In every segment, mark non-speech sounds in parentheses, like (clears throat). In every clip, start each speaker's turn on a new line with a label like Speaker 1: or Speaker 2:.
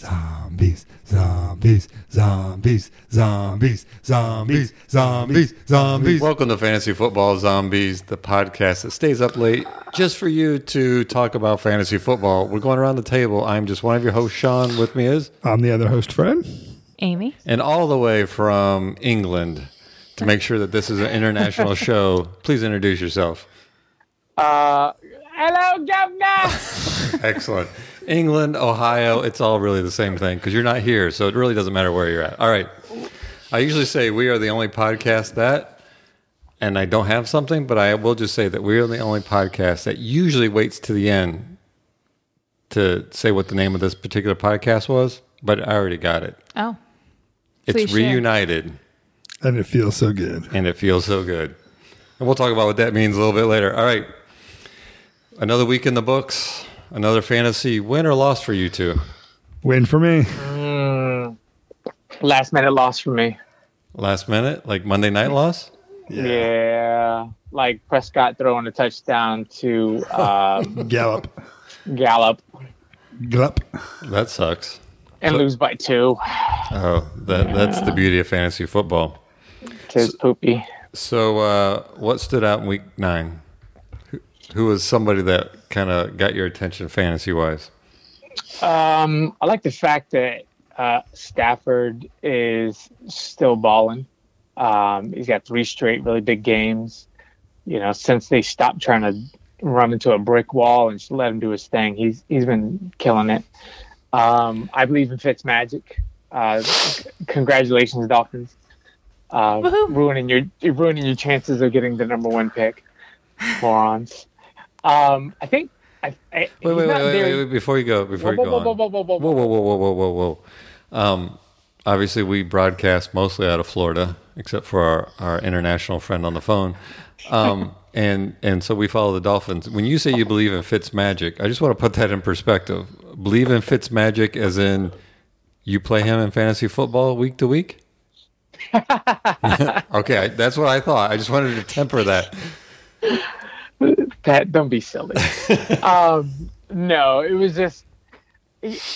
Speaker 1: Zombies, zombies, zombies, zombies, zombies, zombies, zombies, zombies.
Speaker 2: Welcome to Fantasy Football Zombies, the podcast that stays up late just for you to talk about fantasy football. We're going around the table. I'm just one of your hosts, Sean. With me is,
Speaker 1: I'm the other host, Fred.
Speaker 3: Amy.
Speaker 2: and all the way from England to make sure that this is an
Speaker 4: (laughs)
Speaker 2: international show. Please introduce yourself.
Speaker 4: Uh, hello,
Speaker 2: (laughs)
Speaker 4: governor.
Speaker 2: Excellent. England, Ohio, it's all really the same thing because you're not here, so it really doesn't matter where you're at. All right. I usually say we are the only podcast that, and I don't have something, but I will just say that we are the only podcast that usually waits to the end to say what the name of this particular podcast was, but I already got it.
Speaker 3: Oh,
Speaker 2: It's
Speaker 3: Please share.
Speaker 2: reunited,
Speaker 1: And it feels so good.
Speaker 2: and it feels so good. And we'll talk about what that means a little bit later. All right. Another week in the books, another fantasy win or loss for you two.
Speaker 1: Win for me.
Speaker 4: Last minute loss for me.
Speaker 2: Last minute, like Monday night loss.
Speaker 4: Yeah. Like Prescott throwing a touchdown to (laughs) um,
Speaker 1: Gallop.
Speaker 4: Gallup
Speaker 1: Glup.
Speaker 2: That sucks.
Speaker 4: and lose by two.
Speaker 2: Oh, that that's the beauty of fantasy football.
Speaker 4: Tis poopy.
Speaker 2: So, uh, what stood out in week nine? Who, who was somebody that kind of got your attention fantasy wise?
Speaker 4: Um, I like the fact that uh, Stafford is still balling. Um, he's got three straight really big games. You know, since they stopped trying to run into a brick wall and just let him do his thing, he's he's been killing it. Um, I believe in Fitz magic. Uh, c- congratulations, Dolphins! Uh,
Speaker 3: Woohoo.
Speaker 4: ruining your you're ruining your chances of getting the number one pick, morons. Um, I think. I, I, he's
Speaker 2: Wait, wait, wait,
Speaker 4: not
Speaker 2: wait,
Speaker 4: there-
Speaker 2: wait, wait, before you go, before
Speaker 4: Whoa,
Speaker 2: you
Speaker 4: whoa,
Speaker 2: go
Speaker 4: whoa,
Speaker 2: on.
Speaker 4: whoa, whoa, whoa, whoa.
Speaker 2: whoa, whoa, whoa, whoa, whoa, whoa. Um, obviously, we broadcast mostly out of Florida, except for our, our international friend on the phone. Um, (laughs) and and so we follow the Dolphins. When you say you believe in Fitz magic, I just want to put that in perspective. Believe in Fitz magic as in you play him in fantasy football week to week. (laughs) okay, I, that's what I thought. I just wanted to temper that.
Speaker 4: (laughs) Pat, don't be silly. um, no, it was just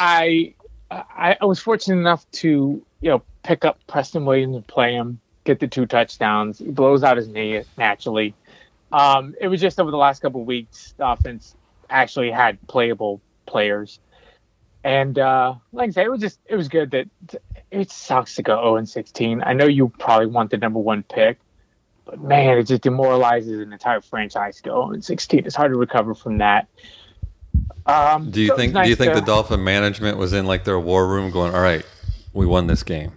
Speaker 4: I, I I was fortunate enough to you know pick up Preston Williams and play him, get the two touchdowns. He blows out his knee naturally. Um, it was just over the last couple of weeks, the offense actually had playable players, and uh, like I said, it was just it was good that it sucks to go zero and sixteen. I know you probably want the number one pick, but man, it just demoralizes an entire franchise to go 0 and 16. It's hard to recover from that. Um,
Speaker 2: Do you
Speaker 4: so it was
Speaker 2: think
Speaker 4: nice
Speaker 2: do you think
Speaker 4: to-
Speaker 2: the Dolphin management was in like their war room going, All right, we won this game.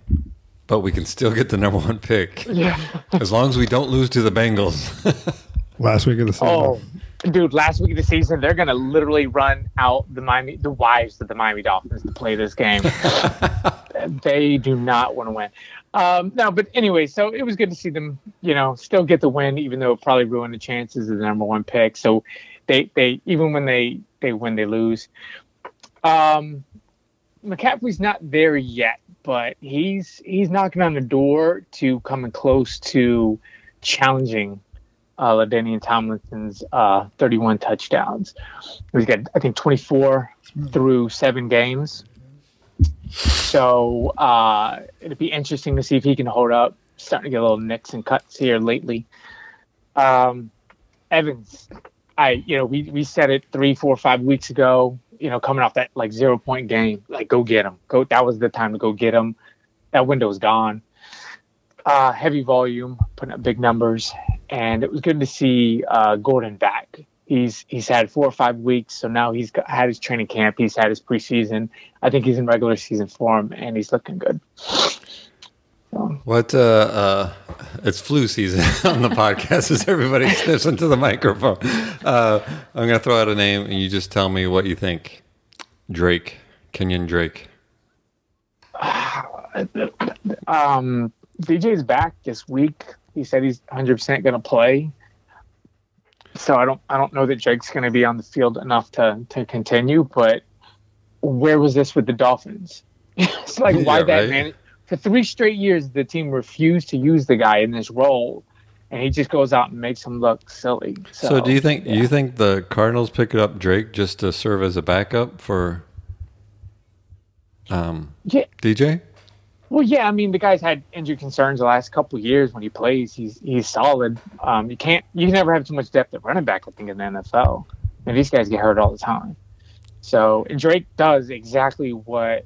Speaker 2: But we can still get the number one pick.
Speaker 4: Yeah.
Speaker 2: (laughs) As long as we don't lose to the Bengals. (laughs)
Speaker 1: Last week of the season.
Speaker 4: Oh, dude! Last week of the season, they're gonna literally run out the Miami, the wives of the Miami Dolphins to play this game. they do not want to win. Um, no, but anyway, so it was good to see them, you know, still get the win, even though it probably ruined the chances of the number one pick. So they, they even when they they win, they lose. Um, McCaffrey's not there yet, but he's he's knocking on the door to coming close to challenging uh, Ladanian Tomlinson's uh, 31 touchdowns. He's got, I think, 24 through seven games. So uh, it'd be interesting to see if he can hold up. Starting to get a little nicks and cuts here lately. Um, Evans, I you know we we said it three, four, five weeks ago. You know, coming off that like zero point game, like go get him. Go. That was the time to go get him. That window's gone. Uh, heavy volume, putting up big numbers and it was good to see uh, Gordon back. He's he's had four or five weeks, so now he's got, had his training camp. He's had his preseason. I think he's in regular season form, and he's looking good.
Speaker 2: what uh, uh it's flu season (laughs) on the podcast as everybody (laughs) sniffs into the microphone. Uh, I'm gonna throw out a name and you just tell me what you think. Drake. Kenyon Drake.
Speaker 4: Um, DJ's back this week. He said he's 100 percent going to play. So I don't I don't know that Drake's going to be on the field enough to to continue. But where was this with the Dolphins? (laughs) it's like why
Speaker 2: Yeah,
Speaker 4: that
Speaker 2: right.
Speaker 4: man for three straight years the team refused to use the guy in this role, and he just goes out and makes him look silly. So,
Speaker 2: So, do you think you think the Cardinals picked up Drake just to serve as a backup for um,
Speaker 4: Yeah.
Speaker 2: DJ?
Speaker 4: Well, yeah, I mean the guy's had injury concerns the last couple of years. When he plays, he's he's solid. Um, you can't you can never have too much depth at running back. I think in the NFL, and these guys get hurt all the time. So and Drake does exactly what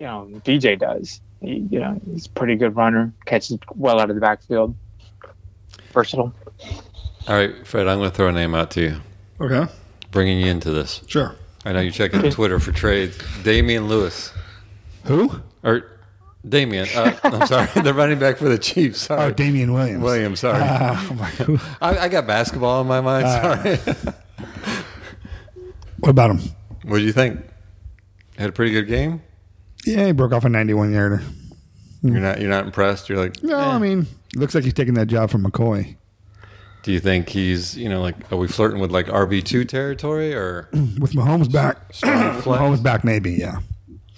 Speaker 4: you know DJ does. He, you know he's a pretty good runner, catches well out of the backfield, versatile.
Speaker 2: All right, Fred, I'm going to throw a name out to you,
Speaker 1: Okay.
Speaker 2: bringing you into this.
Speaker 1: Sure.
Speaker 2: I know you're checking Twitter for trades. Damian Lewis.
Speaker 1: Who?
Speaker 2: Or Damian. Uh, I'm sorry. (laughs) the running back for the Chiefs.
Speaker 1: Oh,
Speaker 2: Sorry.
Speaker 1: Damian Williams.
Speaker 2: Williams, sorry.
Speaker 1: Ah, I'm like, who-
Speaker 2: I, I got basketball in my mind.
Speaker 1: Uh-huh.
Speaker 2: Sorry. (laughs)
Speaker 1: what about him?
Speaker 2: what do you think? Had a pretty good game.
Speaker 1: Yeah, he broke off a 91 yarder.
Speaker 2: You're not. You're not impressed. You're like.
Speaker 1: Mm. No,
Speaker 2: eh.
Speaker 1: I mean, looks like he's taking that job from McCoy.
Speaker 2: Do you think he's? You know, like, are we flirting with like RB two
Speaker 1: (clears throat)
Speaker 2: territory or?
Speaker 1: With Mahomes back,
Speaker 2: Strong flex.
Speaker 1: Mahomes back, maybe, yeah,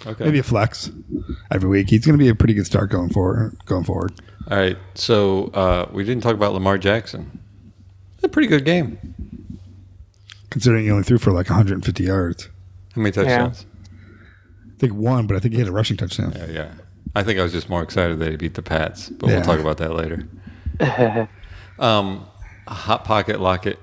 Speaker 2: Okay.
Speaker 1: maybe a flex every week. He's going to be a pretty good start going forward. Going forward,
Speaker 2: All right. So uh, we didn't talk about Lamar Jackson. A pretty good game.
Speaker 1: considering he only threw for like 150 yards.
Speaker 2: How many touchdowns?
Speaker 1: I think one, but I think he had a rushing touchdown.
Speaker 2: Yeah. yeah. I think I was just more excited that he beat the Pats, but
Speaker 1: Yeah.
Speaker 2: we'll talk about that later.
Speaker 1: (laughs)
Speaker 2: um, hot pocket Lockett.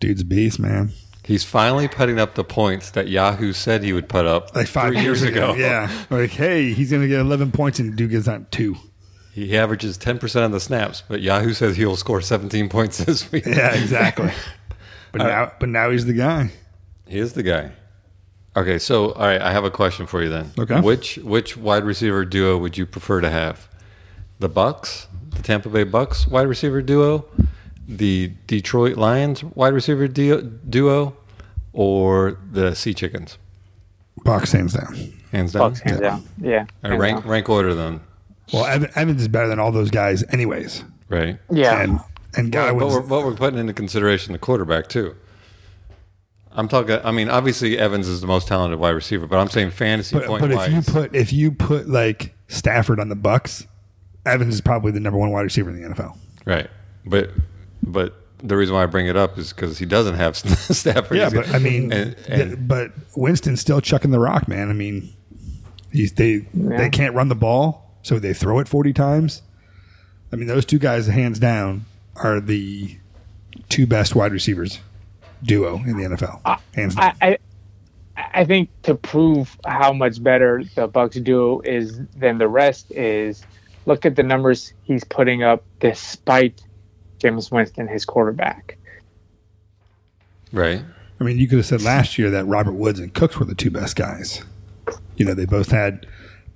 Speaker 1: Dude's a beast, man.
Speaker 2: He's finally putting up the points that Yahoo said he would put up
Speaker 1: Like five
Speaker 2: three
Speaker 1: years ago, yeah. Like, hey, he's going to get 11 points, and dude gets on two.
Speaker 2: He averages 10% of the snaps, but Yahoo says he'll score 17 points this week.
Speaker 1: Yeah, exactly. (laughs) but now, but now he's the guy.
Speaker 2: He is the guy. Okay, so all right, I have a question for you then.
Speaker 1: Okay.
Speaker 2: Which which wide receiver duo would you prefer to have? The Bucks, the Tampa Bay Bucks wide receiver duo, the Detroit Lions wide receiver du- duo, or the Sea Chickens?
Speaker 1: Box hands down.
Speaker 2: Hands down.
Speaker 4: Bucks hands down. Yeah.
Speaker 2: All right,
Speaker 4: hands
Speaker 2: rank
Speaker 4: down.
Speaker 2: rank order them,
Speaker 1: Well, Evan, Evans is better than all those guys, anyways.
Speaker 2: right?
Speaker 4: Yeah.
Speaker 1: And and
Speaker 2: Yeah, but
Speaker 1: Godwin's
Speaker 2: we're, but we're putting into consideration the quarterback too. I'm talking. I mean, obviously Evans is the most talented wide receiver, but I'm saying fantasy
Speaker 1: But,
Speaker 2: point
Speaker 1: but if
Speaker 2: wise.
Speaker 1: you put if you put like Stafford on the Bucks, Evans is probably the number one wide receiver in the NFL.
Speaker 2: Right, but but the reason why I bing it up is because he doesn't have (laughs) Stafford.
Speaker 1: Yeah,
Speaker 2: He's
Speaker 1: but
Speaker 2: got-
Speaker 1: I mean,
Speaker 2: and, and
Speaker 1: th- but Winston's still chucking the rock, man. I mean, he's, they they can't run the ball, so they throw it forty times. I mean, those two guys, hands down, are the two best wide receivers duo in the NFL. Hands down.
Speaker 4: I, I I think to prove how much better the Bucks duo is than the rest is look at the numbers he's putting up despite James Winston, his quarterback.
Speaker 2: right,
Speaker 1: I mean, you could have said last year that Robert Woods and Cooks were the two best guys. You know, they both had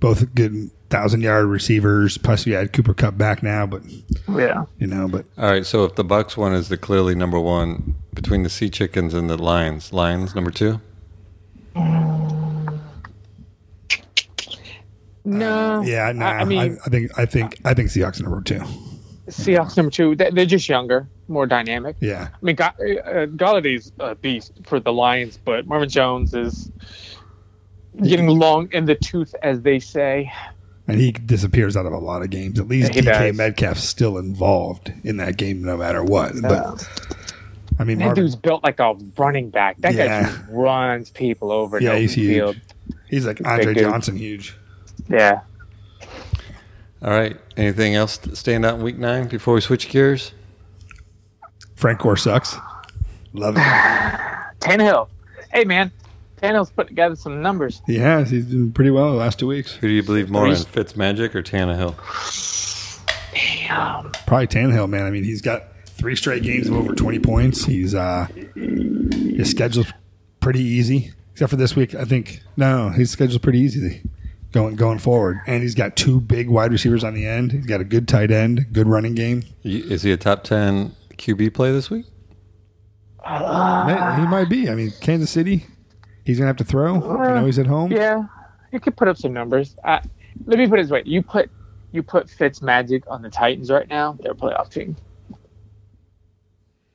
Speaker 1: both good thousand yard receivers. Plus, you had Cooper Cup back now, but
Speaker 4: Yeah.
Speaker 1: you know, but
Speaker 2: all right. So if the Bucks one is the clearly number one between the Sea Chickens and the Lions, Lions number two.
Speaker 4: No.
Speaker 1: yeah, no,
Speaker 4: I,
Speaker 1: I,
Speaker 4: I mean,
Speaker 1: I, think I think I think Seahawks number two.
Speaker 4: Seahawks number two, they- they're just younger, more dynamic.
Speaker 1: Yeah,
Speaker 4: I mean, Ga- uh, Galladay's a beast for the Lions, but Marvin Jones is getting long in the tooth, as they say.
Speaker 1: and he disappears out of a lot of games. At least
Speaker 4: He
Speaker 1: DK
Speaker 4: does.
Speaker 1: Metcalf's still involved in that game, no matter what. But I mean,
Speaker 4: That
Speaker 1: Marvin,
Speaker 4: dude's built like a running back. That
Speaker 1: Yeah.
Speaker 4: guy just runs people over. in
Speaker 1: yeah,
Speaker 4: open
Speaker 1: he's
Speaker 4: field.
Speaker 1: huge. He's like Andre
Speaker 4: dude.
Speaker 1: Johnson, huge.
Speaker 4: Yeah.
Speaker 2: All right. Anything else th- stand out in Week Nine before we switch gears?
Speaker 1: Frank Gore sucks. Love
Speaker 4: (sighs)
Speaker 1: it.
Speaker 4: Tannehill. Hey, man. Tannehill's put together some numbers.
Speaker 1: he has. He's doing pretty well the last two weeks.
Speaker 2: Who do you believe more in,
Speaker 4: Reese-
Speaker 2: Fitzmagic or Tannehill?
Speaker 4: Damn.
Speaker 1: probably Tannehill, man. I mean, he's got three straight games of over twenty points. He's uh his schedule's pretty easy, except for this week. I think no, his schedule's pretty easy going going forward. And he's got two big wide receivers on the end. He's got a good tight end, good running game.
Speaker 2: Y- Is he a top ten QB play this week?
Speaker 4: Uh,
Speaker 1: He might be. I mean, Kansas City. He's gonna have to throw. You know, he's at home.
Speaker 4: uh, Yeah. You could put up some numbers. Uh, let me put it this way. You put you put Fitz Magic on the Titans right now, they're a playoff team. (laughs)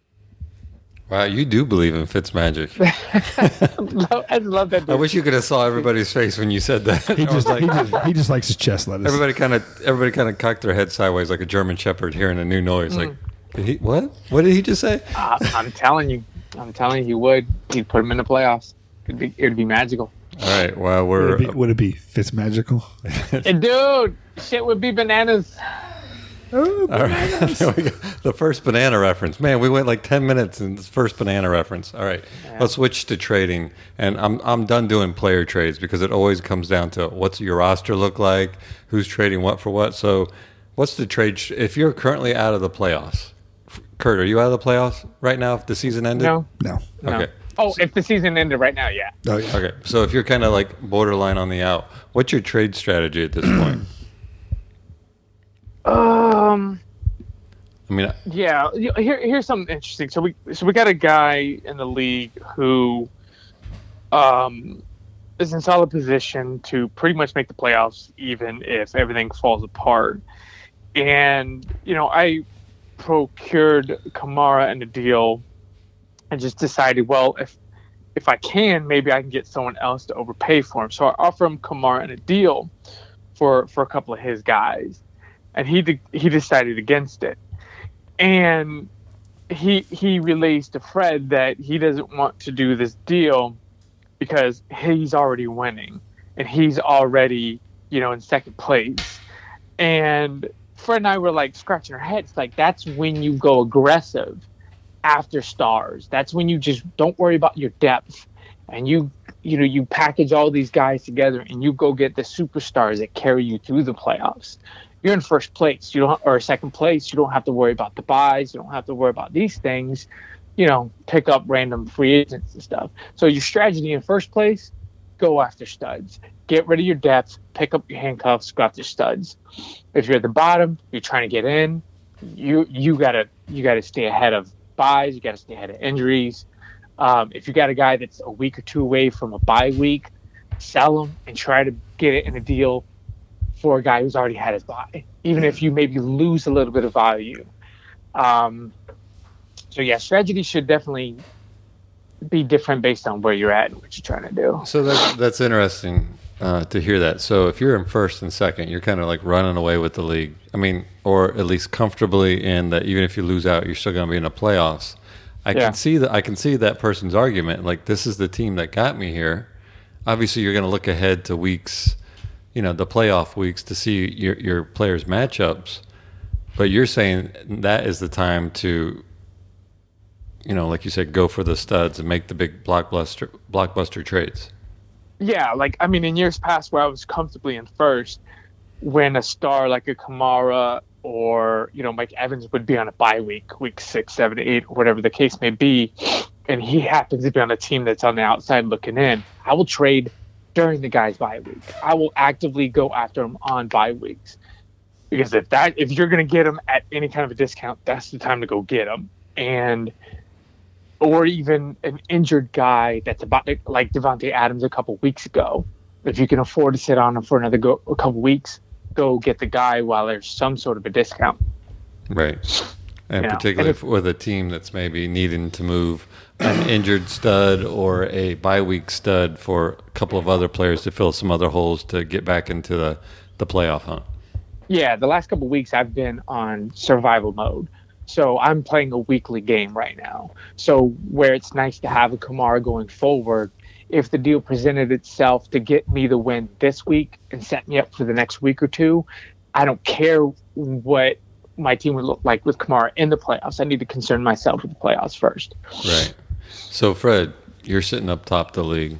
Speaker 2: Wow, you do believe in Fitzmagic.
Speaker 4: Lo- I just love that
Speaker 2: I
Speaker 4: dude.
Speaker 2: wish you could have saw everybody's face when you said that.
Speaker 1: He
Speaker 2: (laughs) I was
Speaker 1: just,
Speaker 2: like,
Speaker 1: he just he just likes his chest lettuce.
Speaker 2: Everybody kind of everybody kind of cocked their head sideways like a German shepherd hearing a new noise. Like, did he what? What did he just say?
Speaker 4: I, I'm telling you. I'm telling you, he would. He'd put him in the playoffs. It'd be, it'd be magical.
Speaker 2: All right. Well, we're
Speaker 1: Would it be, would it be Fitzmagical? (laughs)
Speaker 4: And dude, shit would be bananas.
Speaker 2: all right. (laughs) There we go. the first banana reference. Man, we went like ten minutes in this first banana reference. All right. Let's switch to trading, and I'm I'm done doing player trades because it always comes down to what's your roster look like, who's trading what for what. So, what's the trade? sh- If you're currently out of the playoffs, Kurt, are you out of the playoffs right now? If the season ended,
Speaker 4: No,
Speaker 1: No.
Speaker 4: no.
Speaker 2: Okay.
Speaker 4: Oh, if the season ended right now, yeah.
Speaker 1: Oh, yeah.
Speaker 2: Okay, so if you're kind of like borderline on the out, what's your trade strategy at this point?
Speaker 4: Um,
Speaker 2: I mean,
Speaker 4: yeah. you- Here, here's something interesting. So we, so we got a guy in the league who, um, is in solid position to pretty much make the playoffs, even if everything falls apart. And you know, I procured Kamara in a deal, and just decided, well, if if I can, maybe I can get someone else to overpay for him. So I offer him Kamara in a deal for for a couple of his guys, and he de- he decided against it, and he he relays to Fred that he doesn't want to do this deal because he's already winning and he's already you know in second place, and Fred and I were like scratching our heads like that's when you go aggressive after stars. That's when you just don't worry about your depth and you you know you package all these guys together and you go get the superstars that carry you through the playoffs. You're in first place. You don't or second place. You don't have to worry about the buys. You don't have to worry about these things. You know, pick up random free agents and stuff. So your strategy in first place, go after studs. Get rid of your depth. Pick up your handcuffs. Go after studs. If you're at the bottom, you're trying to get in you you gotta you gotta stay ahead of buys. You gotta stay ahead of injuries. Um, if you got a guy that's a week or two away from a bye week, sell him and try to get it in a deal for a guy who's already had his buy, even if you maybe lose a little bit of value. Um, so yeah, strategy should definitely be different based on where you're at and what you're trying to do.
Speaker 2: so that's that's interesting uh, to hear that. So if you're in first and second, you're kind of like running away with the league. I mean, or at least comfortably in that. Even if you lose out, you're still going to be in the playoffs. I
Speaker 4: Yeah.
Speaker 2: can see that. I can see that person's argument. Like this is the team that got me here. Obviously, you're going to look ahead to weeks, you know, the playoff weeks to see your your players' matchups. But you're saying that is the time to, you know, like you said, go for the studs and make the big blockbuster blockbuster trades.
Speaker 4: Yeah, like I mean, in years past where I was comfortably in first, when a star like a Kamara or you know Mike Evans would be on a bye week, week six, seven, eight, whatever the case may be, and he happens to be on a team that's on the outside looking in, I will trade during the guy's bye week. I will actively go after him on bye weeks because if that if you're going to get him at any kind of a discount, that's the time to go get him and or even an injured guy that's about to, like Devonte Adams a couple weeks ago. If you can afford to sit on him for another go, a couple weeks, go get the guy while there's some sort of a discount.
Speaker 2: Right. And
Speaker 4: Yeah.
Speaker 2: particularly
Speaker 4: And if-
Speaker 2: with a team that's maybe needing to move an injured stud or a bye week stud for a couple of other players to fill some other holes to get back into the, the playoff hunt.
Speaker 4: Yeah, the last couple weeks I've been on survival mode. So I'm playing a weekly game right now. So where it's nice to have a Kamara going forward, if the deal presented itself to get me the win this week and set me up for the next week or two, I don't care what my team would look like with Kamara in the playoffs. I need to concern myself with the playoffs first.
Speaker 2: Right. So, Fred, you're sitting up top of the league,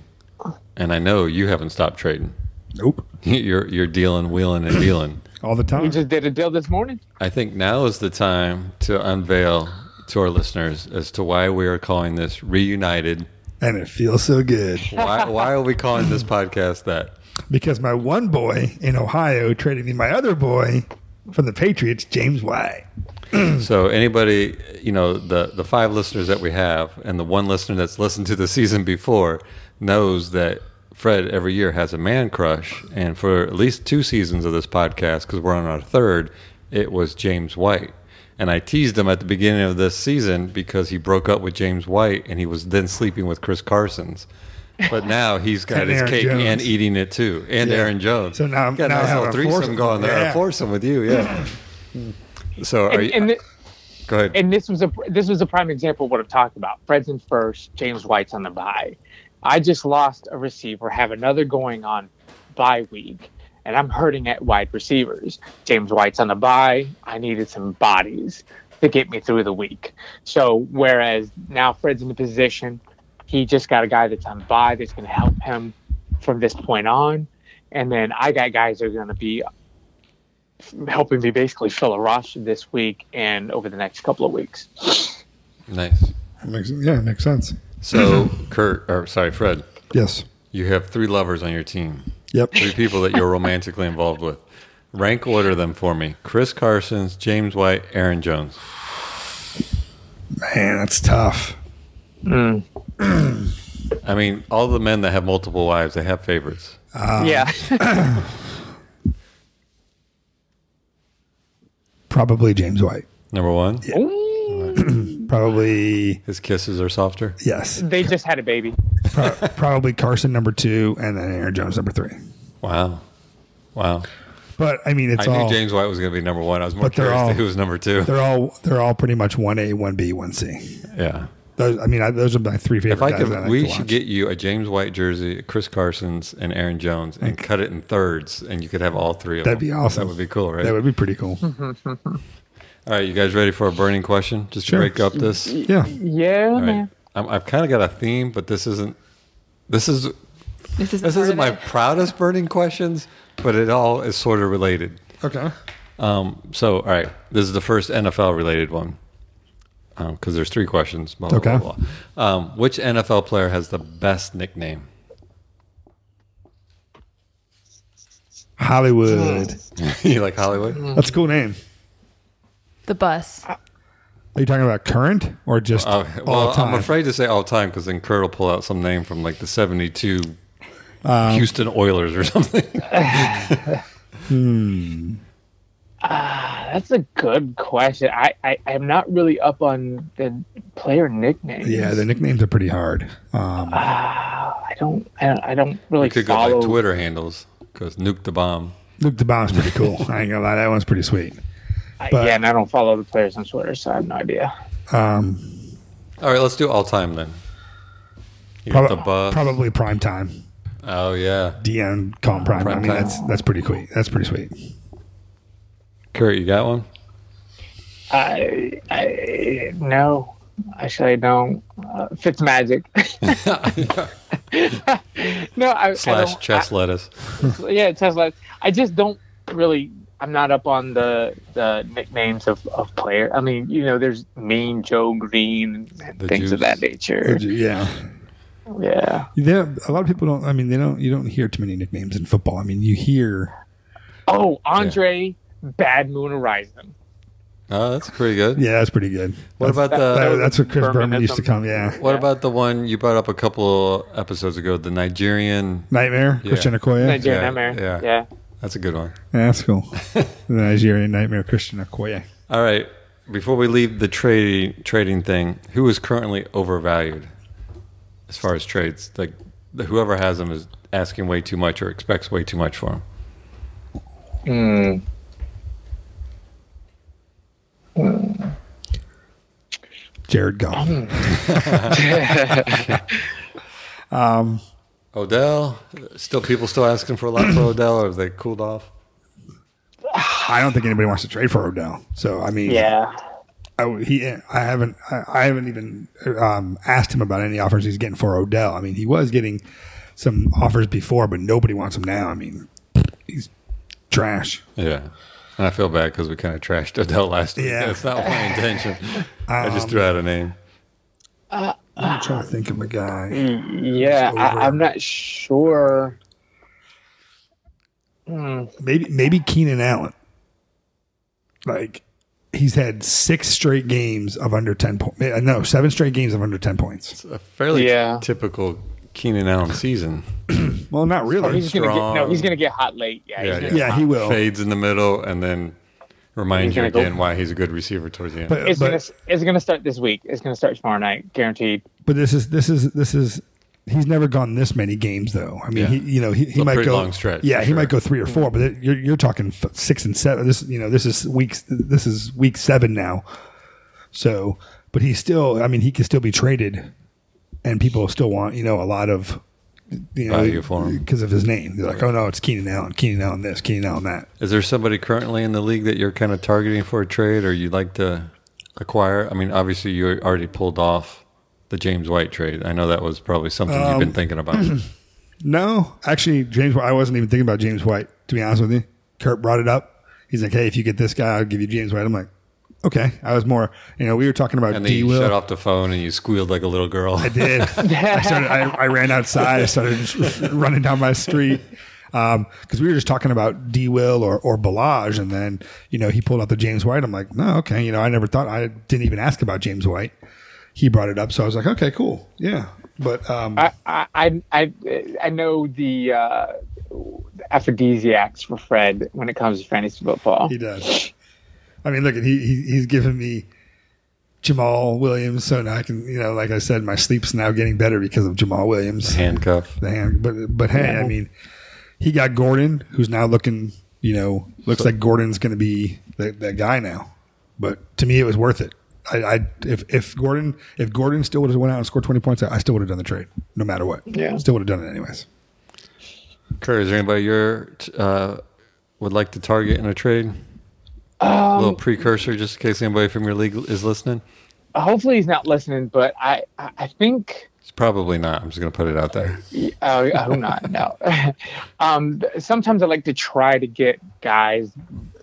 Speaker 2: and I know you haven't stopped trading. (laughs)
Speaker 1: Nope.
Speaker 2: You're, you're dealing, wheeling, and dealing.
Speaker 1: All the
Speaker 4: We
Speaker 1: time.
Speaker 4: just did a deal this morning.
Speaker 2: I think now is the time to unveil to our listeners as to why we are calling this Reunited.
Speaker 1: And it feels so good.
Speaker 2: Why, why are we calling
Speaker 4: (laughs)
Speaker 2: this podcast that?
Speaker 1: Because my one boy in Ohio traded me my other boy from the Patriots, James Y.
Speaker 2: (laughs) So anybody, you know, the the five listeners that we have, and the one listener that's listened to the season before knows that Fred every year has a man crush, and for at least two seasons of this podcast, because we're on our third, it was James White. And I teased him at the beginning of this season because he broke up with James White, and he was then sleeping with Chris Carson's. But now he's got
Speaker 1: And
Speaker 2: his
Speaker 1: Aaron
Speaker 2: cake
Speaker 1: Jones.
Speaker 2: and eating it too, and
Speaker 1: Yeah.
Speaker 2: Aaron Jones.
Speaker 1: So now I'm-
Speaker 2: got
Speaker 1: now I
Speaker 2: a nice
Speaker 1: have
Speaker 2: little
Speaker 1: a
Speaker 2: threesome
Speaker 1: foursome.
Speaker 2: going there,
Speaker 1: Yeah.
Speaker 2: a foursome with you,
Speaker 1: (laughs)
Speaker 2: yeah. So are
Speaker 4: And,
Speaker 2: you,
Speaker 4: and th-
Speaker 2: go ahead.
Speaker 4: and this was a this was a prime example of what I'm talking about. Fred's in first, James White's on the bye, I just lost a receiver, have another going on bye week, and I'm hurting at wide receivers. James White's on the bye. I needed some bodies to get me through the week. So whereas now Fred's in the position, he just got a guy that's on bye that's going to help him from this point on, and then I got guys that are going to be helping me basically fill a roster this week and over the next couple of weeks.
Speaker 2: Nice.
Speaker 1: That makes, yeah, it makes sense. (clears throat)
Speaker 2: So, Kurt, or sorry, Fred,
Speaker 1: Yes.
Speaker 2: you have three lovers on your team,
Speaker 1: Yep.
Speaker 2: three people that you're romantically involved with. Rank order them for me Chris Carson's, James White, Aaron Jones.
Speaker 1: Man, that's tough.
Speaker 2: I mean, all the men that have multiple wives, they have favorites.
Speaker 4: yeah.
Speaker 2: Um,
Speaker 1: Probably James White.
Speaker 2: Number one,
Speaker 1: Probably
Speaker 2: his kisses are softer.
Speaker 4: (laughs)
Speaker 1: yes.
Speaker 4: (laughs) they just had a baby.
Speaker 1: Pro- probably Carson number two, and then Aaron Jones number three.
Speaker 2: Wow. Wow.
Speaker 1: But I mean, it's
Speaker 2: I
Speaker 1: all
Speaker 2: knew James White was going to be number one. I was more
Speaker 1: But they're
Speaker 2: curious
Speaker 1: all-
Speaker 2: to who was number two.
Speaker 1: they're all they're all pretty much one A, one B, one C.
Speaker 2: Yeah.
Speaker 1: Those, I mean, I, those are my three favorite.
Speaker 2: If I
Speaker 1: guys
Speaker 2: could,
Speaker 1: that like
Speaker 2: we
Speaker 1: to
Speaker 2: should
Speaker 1: watch.
Speaker 2: get you a James White jersey, Chris Carson's, and Aaron Jones, and cut it in thirds, and you could have all three of
Speaker 1: That'd
Speaker 2: them.
Speaker 1: be awesome.
Speaker 2: That would be cool, right?
Speaker 1: that would be pretty cool.
Speaker 2: all right, you guys ready for a burning question? Just to
Speaker 1: Sure.
Speaker 2: break up this.
Speaker 1: Yeah,
Speaker 4: Yeah,
Speaker 2: All right.
Speaker 4: man.
Speaker 2: I'm, I've kind of got a theme, but this isn't. This is
Speaker 3: This
Speaker 2: this
Speaker 3: isn't, part
Speaker 2: isn't
Speaker 3: of
Speaker 2: my
Speaker 3: it.
Speaker 2: proudest burning questions, but it all is sort of related.
Speaker 1: okay.
Speaker 2: Um, so, all right, this is the first NFL related one because there's three questions. Blah, blah,
Speaker 1: Okay.
Speaker 2: blah, blah. Um, which NFL player has the best nickname? (laughs)
Speaker 1: Hollywood.
Speaker 2: you like Hollywood?
Speaker 1: That's a cool name.
Speaker 3: The bus.
Speaker 1: Are you talking about current or just
Speaker 2: Oh,
Speaker 1: all
Speaker 2: well,
Speaker 1: time?
Speaker 2: I'm afraid to say all time because then Kurt will pull out some name from like the 72
Speaker 1: Um,
Speaker 2: Houston Oilers or (laughs) something.
Speaker 4: That's a good question. I, I I'm not really up on the player nicknames.
Speaker 1: yeah, the nicknames are pretty hard. Um,
Speaker 4: I don't I don't, I don't really
Speaker 2: We could go
Speaker 4: follow.
Speaker 2: like Twitter handles because Nuke the Bomb.
Speaker 1: Luke the Bomb's pretty
Speaker 2: (laughs)
Speaker 1: cool. I ain't gonna lie, that one's pretty sweet.
Speaker 4: I-
Speaker 1: but-
Speaker 4: yeah, and I don't follow the players on Twitter, so I have no idea.
Speaker 1: Um,
Speaker 2: All right, let's do all time then. You got
Speaker 1: prob-
Speaker 2: the Buff.
Speaker 1: probably prime time.
Speaker 2: Oh, yeah.
Speaker 1: DM calm prime. I
Speaker 2: Prime
Speaker 1: mean,
Speaker 2: time.
Speaker 1: that's that's pretty sweet. That's pretty sweet.
Speaker 2: Kurt, you got (laughs) one?
Speaker 4: I, I no, actually I don't. Uh, Fitz Magic. (laughs) no, I I
Speaker 2: Slash
Speaker 4: don't-
Speaker 2: chess lettuce.
Speaker 4: I- yeah, Tesla. I just don't really. I'm not up on the the nicknames of of player. I mean, you know, there's Mean Joe Green and
Speaker 2: The
Speaker 4: things of that
Speaker 2: Juice.
Speaker 4: nature.
Speaker 1: Yeah.
Speaker 4: Yeah.
Speaker 1: There, a lot of people don't. I mean, they don't. You don't hear too many nicknames in football. I mean, you hear.
Speaker 4: Oh, Andre Bad Moon Horizon.
Speaker 2: Oh, that's pretty good.
Speaker 1: Yeah, that's pretty good.
Speaker 2: What
Speaker 1: that's,
Speaker 2: about the?
Speaker 1: that- that's what Chris
Speaker 4: Berman
Speaker 1: Berman
Speaker 4: had
Speaker 1: used to
Speaker 4: some-
Speaker 1: come. Yeah,
Speaker 2: What about the one you brought up a couple episodes ago? The Nigerian.
Speaker 1: Nightmare Christian Okoye.
Speaker 4: Nigerian
Speaker 2: Yeah,
Speaker 4: Nightmare.
Speaker 2: yeah.
Speaker 4: Yeah.
Speaker 2: That's a good one.
Speaker 1: Yeah, that's cool. the Nigerian Nightmare Christian Okoye.
Speaker 2: All right. Before we leave the trading trading thing, who is currently overvalued as far as trades? Like the, whoever has them is asking way too much or expects way too much for them.
Speaker 1: Jared Goff.
Speaker 2: Odell, still people still asking for a (clears throat) lot for Odell, or have they cooled off?
Speaker 1: I don't think anybody wants to trade for Odell. So I mean,
Speaker 4: Yeah.
Speaker 1: I, w- he, I haven't, I, I haven't even um, asked him about any offers he's getting for Odell. I mean, he was getting some offers before, but nobody wants him now. I mean, he's trash.
Speaker 2: Yeah. And I feel bad because we kind of trashed Odell last week.
Speaker 1: Yeah.
Speaker 2: That's not (laughs) my intention. I just threw out a name.
Speaker 1: I'm trying to think of a guy.
Speaker 4: Yeah.
Speaker 1: over.
Speaker 4: I, I'm not sure.
Speaker 1: Maybe, maybe Keenan Allen. Like, he's had six straight games of under ten points. No, seven straight games of under ten points.
Speaker 2: A fairly
Speaker 4: Yeah.
Speaker 2: typical Keenan Allen season.
Speaker 1: Well, not really.
Speaker 4: He's gonna get, no,
Speaker 2: Strong.
Speaker 4: he's gonna get hot late. Yeah.
Speaker 2: Yeah,
Speaker 4: he's gonna-
Speaker 1: Yeah, he will.
Speaker 2: Fades in the middle and then reminds
Speaker 4: He's
Speaker 2: you
Speaker 4: gonna go-
Speaker 2: again why he's a good receiver towards the end.
Speaker 1: But,
Speaker 4: It's
Speaker 1: but-
Speaker 4: gonna it's gonna start this week. It's gonna start tomorrow night, guaranteed.
Speaker 1: But this is this is this is he's never gone this many games though. I mean,
Speaker 2: Yeah.
Speaker 1: he you know he, he
Speaker 2: a
Speaker 1: might
Speaker 2: pretty
Speaker 1: go
Speaker 2: long stretch,
Speaker 1: Yeah,
Speaker 2: for
Speaker 1: he might go
Speaker 2: sure.
Speaker 1: three or four. But it- you're you're talking f- six and seven. This you know this is week this is week seven now. So, but he's still. I mean, he can still be traded and people still want you know a lot of you
Speaker 2: Value
Speaker 1: know
Speaker 2: for him.
Speaker 1: because of his name. They're like, oh no, it's Keenan Allen, Keenan Allen this, Keenan Allen that.
Speaker 2: Is there somebody currently in the league that you're kind of targeting for a trade or you'd like to acquire? I mean, obviously, you already pulled off the James White trade. I know that was probably something you've been thinking about.
Speaker 1: No, actually, James. I wasn't even thinking about James White. To be honest with you, Kurt brought it up. He's like, "Hey, if you get this guy, I'll give you James White." I'm like, "Okay." I was more, you know, we were talking about
Speaker 2: and then
Speaker 1: D.
Speaker 2: you
Speaker 1: Will.
Speaker 2: shut off the phone and you squealed like a little girl.
Speaker 1: I did. I started. I, I ran outside. I started just (laughs) running down my street because we were just talking about D. Will or or Balaj, and then you know he pulled out the James White. I'm like, no, okay. You know, I never thought. I didn't even ask about James White. He brought it up, so I was like, okay, cool, yeah. But um,
Speaker 4: I, I, I, I know the uh, aphrodisiacs for Fred when it comes to fantasy football.
Speaker 1: He does. I mean, look, he, he he's given me Jamal Williams, so now I can, you know, like I said, my sleep's now getting better because of Jamal Williams.
Speaker 2: (laughs) Handcuff.
Speaker 1: The hand, but but hey, I mean, he got Gordon, who's now looking, you know, looks like Gordon's going to be that, that guy now. But to me, it was worth it. I, I if if Gordon if Gordon still would have went out and scored twenty points, I, I still would have done the trade, no matter what.
Speaker 4: Yeah.
Speaker 1: still would have done it anyways.
Speaker 2: Curry, is there anybody you uh, would like to target in a trade? a little precursor, just in case anybody from your league is listening.
Speaker 4: Hopefully he's not listening, but I, I I think
Speaker 2: It's probably not. I'm just going to put it out there.
Speaker 4: Oh, oh not no. (laughs) um, th- sometimes I like to try to get guys,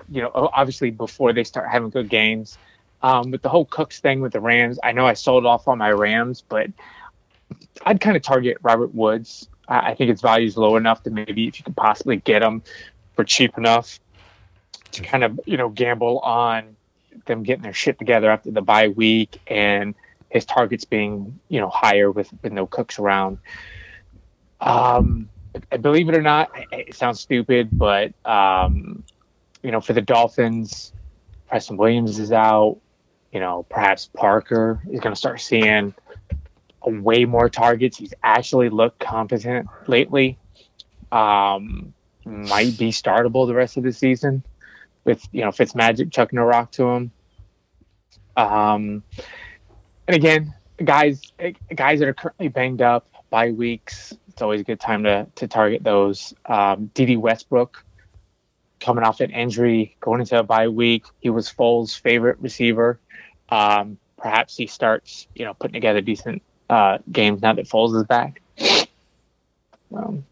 Speaker 4: you know, o- obviously before they start having good games. Um, with the whole Cooks thing with the Rams, I know I sold off on my Rams, but I'd kind of target Robert Woods. I, I think his value is low enough that maybe if you could possibly get him for cheap enough to kind of you know gamble on them getting their shit together after the bye week and his targets being you know higher with, with no Cooks around. Um, believe it or not, I- it sounds stupid, but um, you know, for the Dolphins, Preston Williams is out. You know, perhaps Parker is going to start seeing way more targets. He's actually looked competent lately. Um, might be startable the rest of the season with you know Fitzmagic chucking a rock to him. Um, and again, guys, guys that are currently banged up by weeks, it's always a good time to to target those. Um, D.D. Westbrook coming off an injury, going into a bye week, he was Foles' favorite receiver. Um, perhaps he starts, you know, putting together decent uh, games now that Foles is back. Um,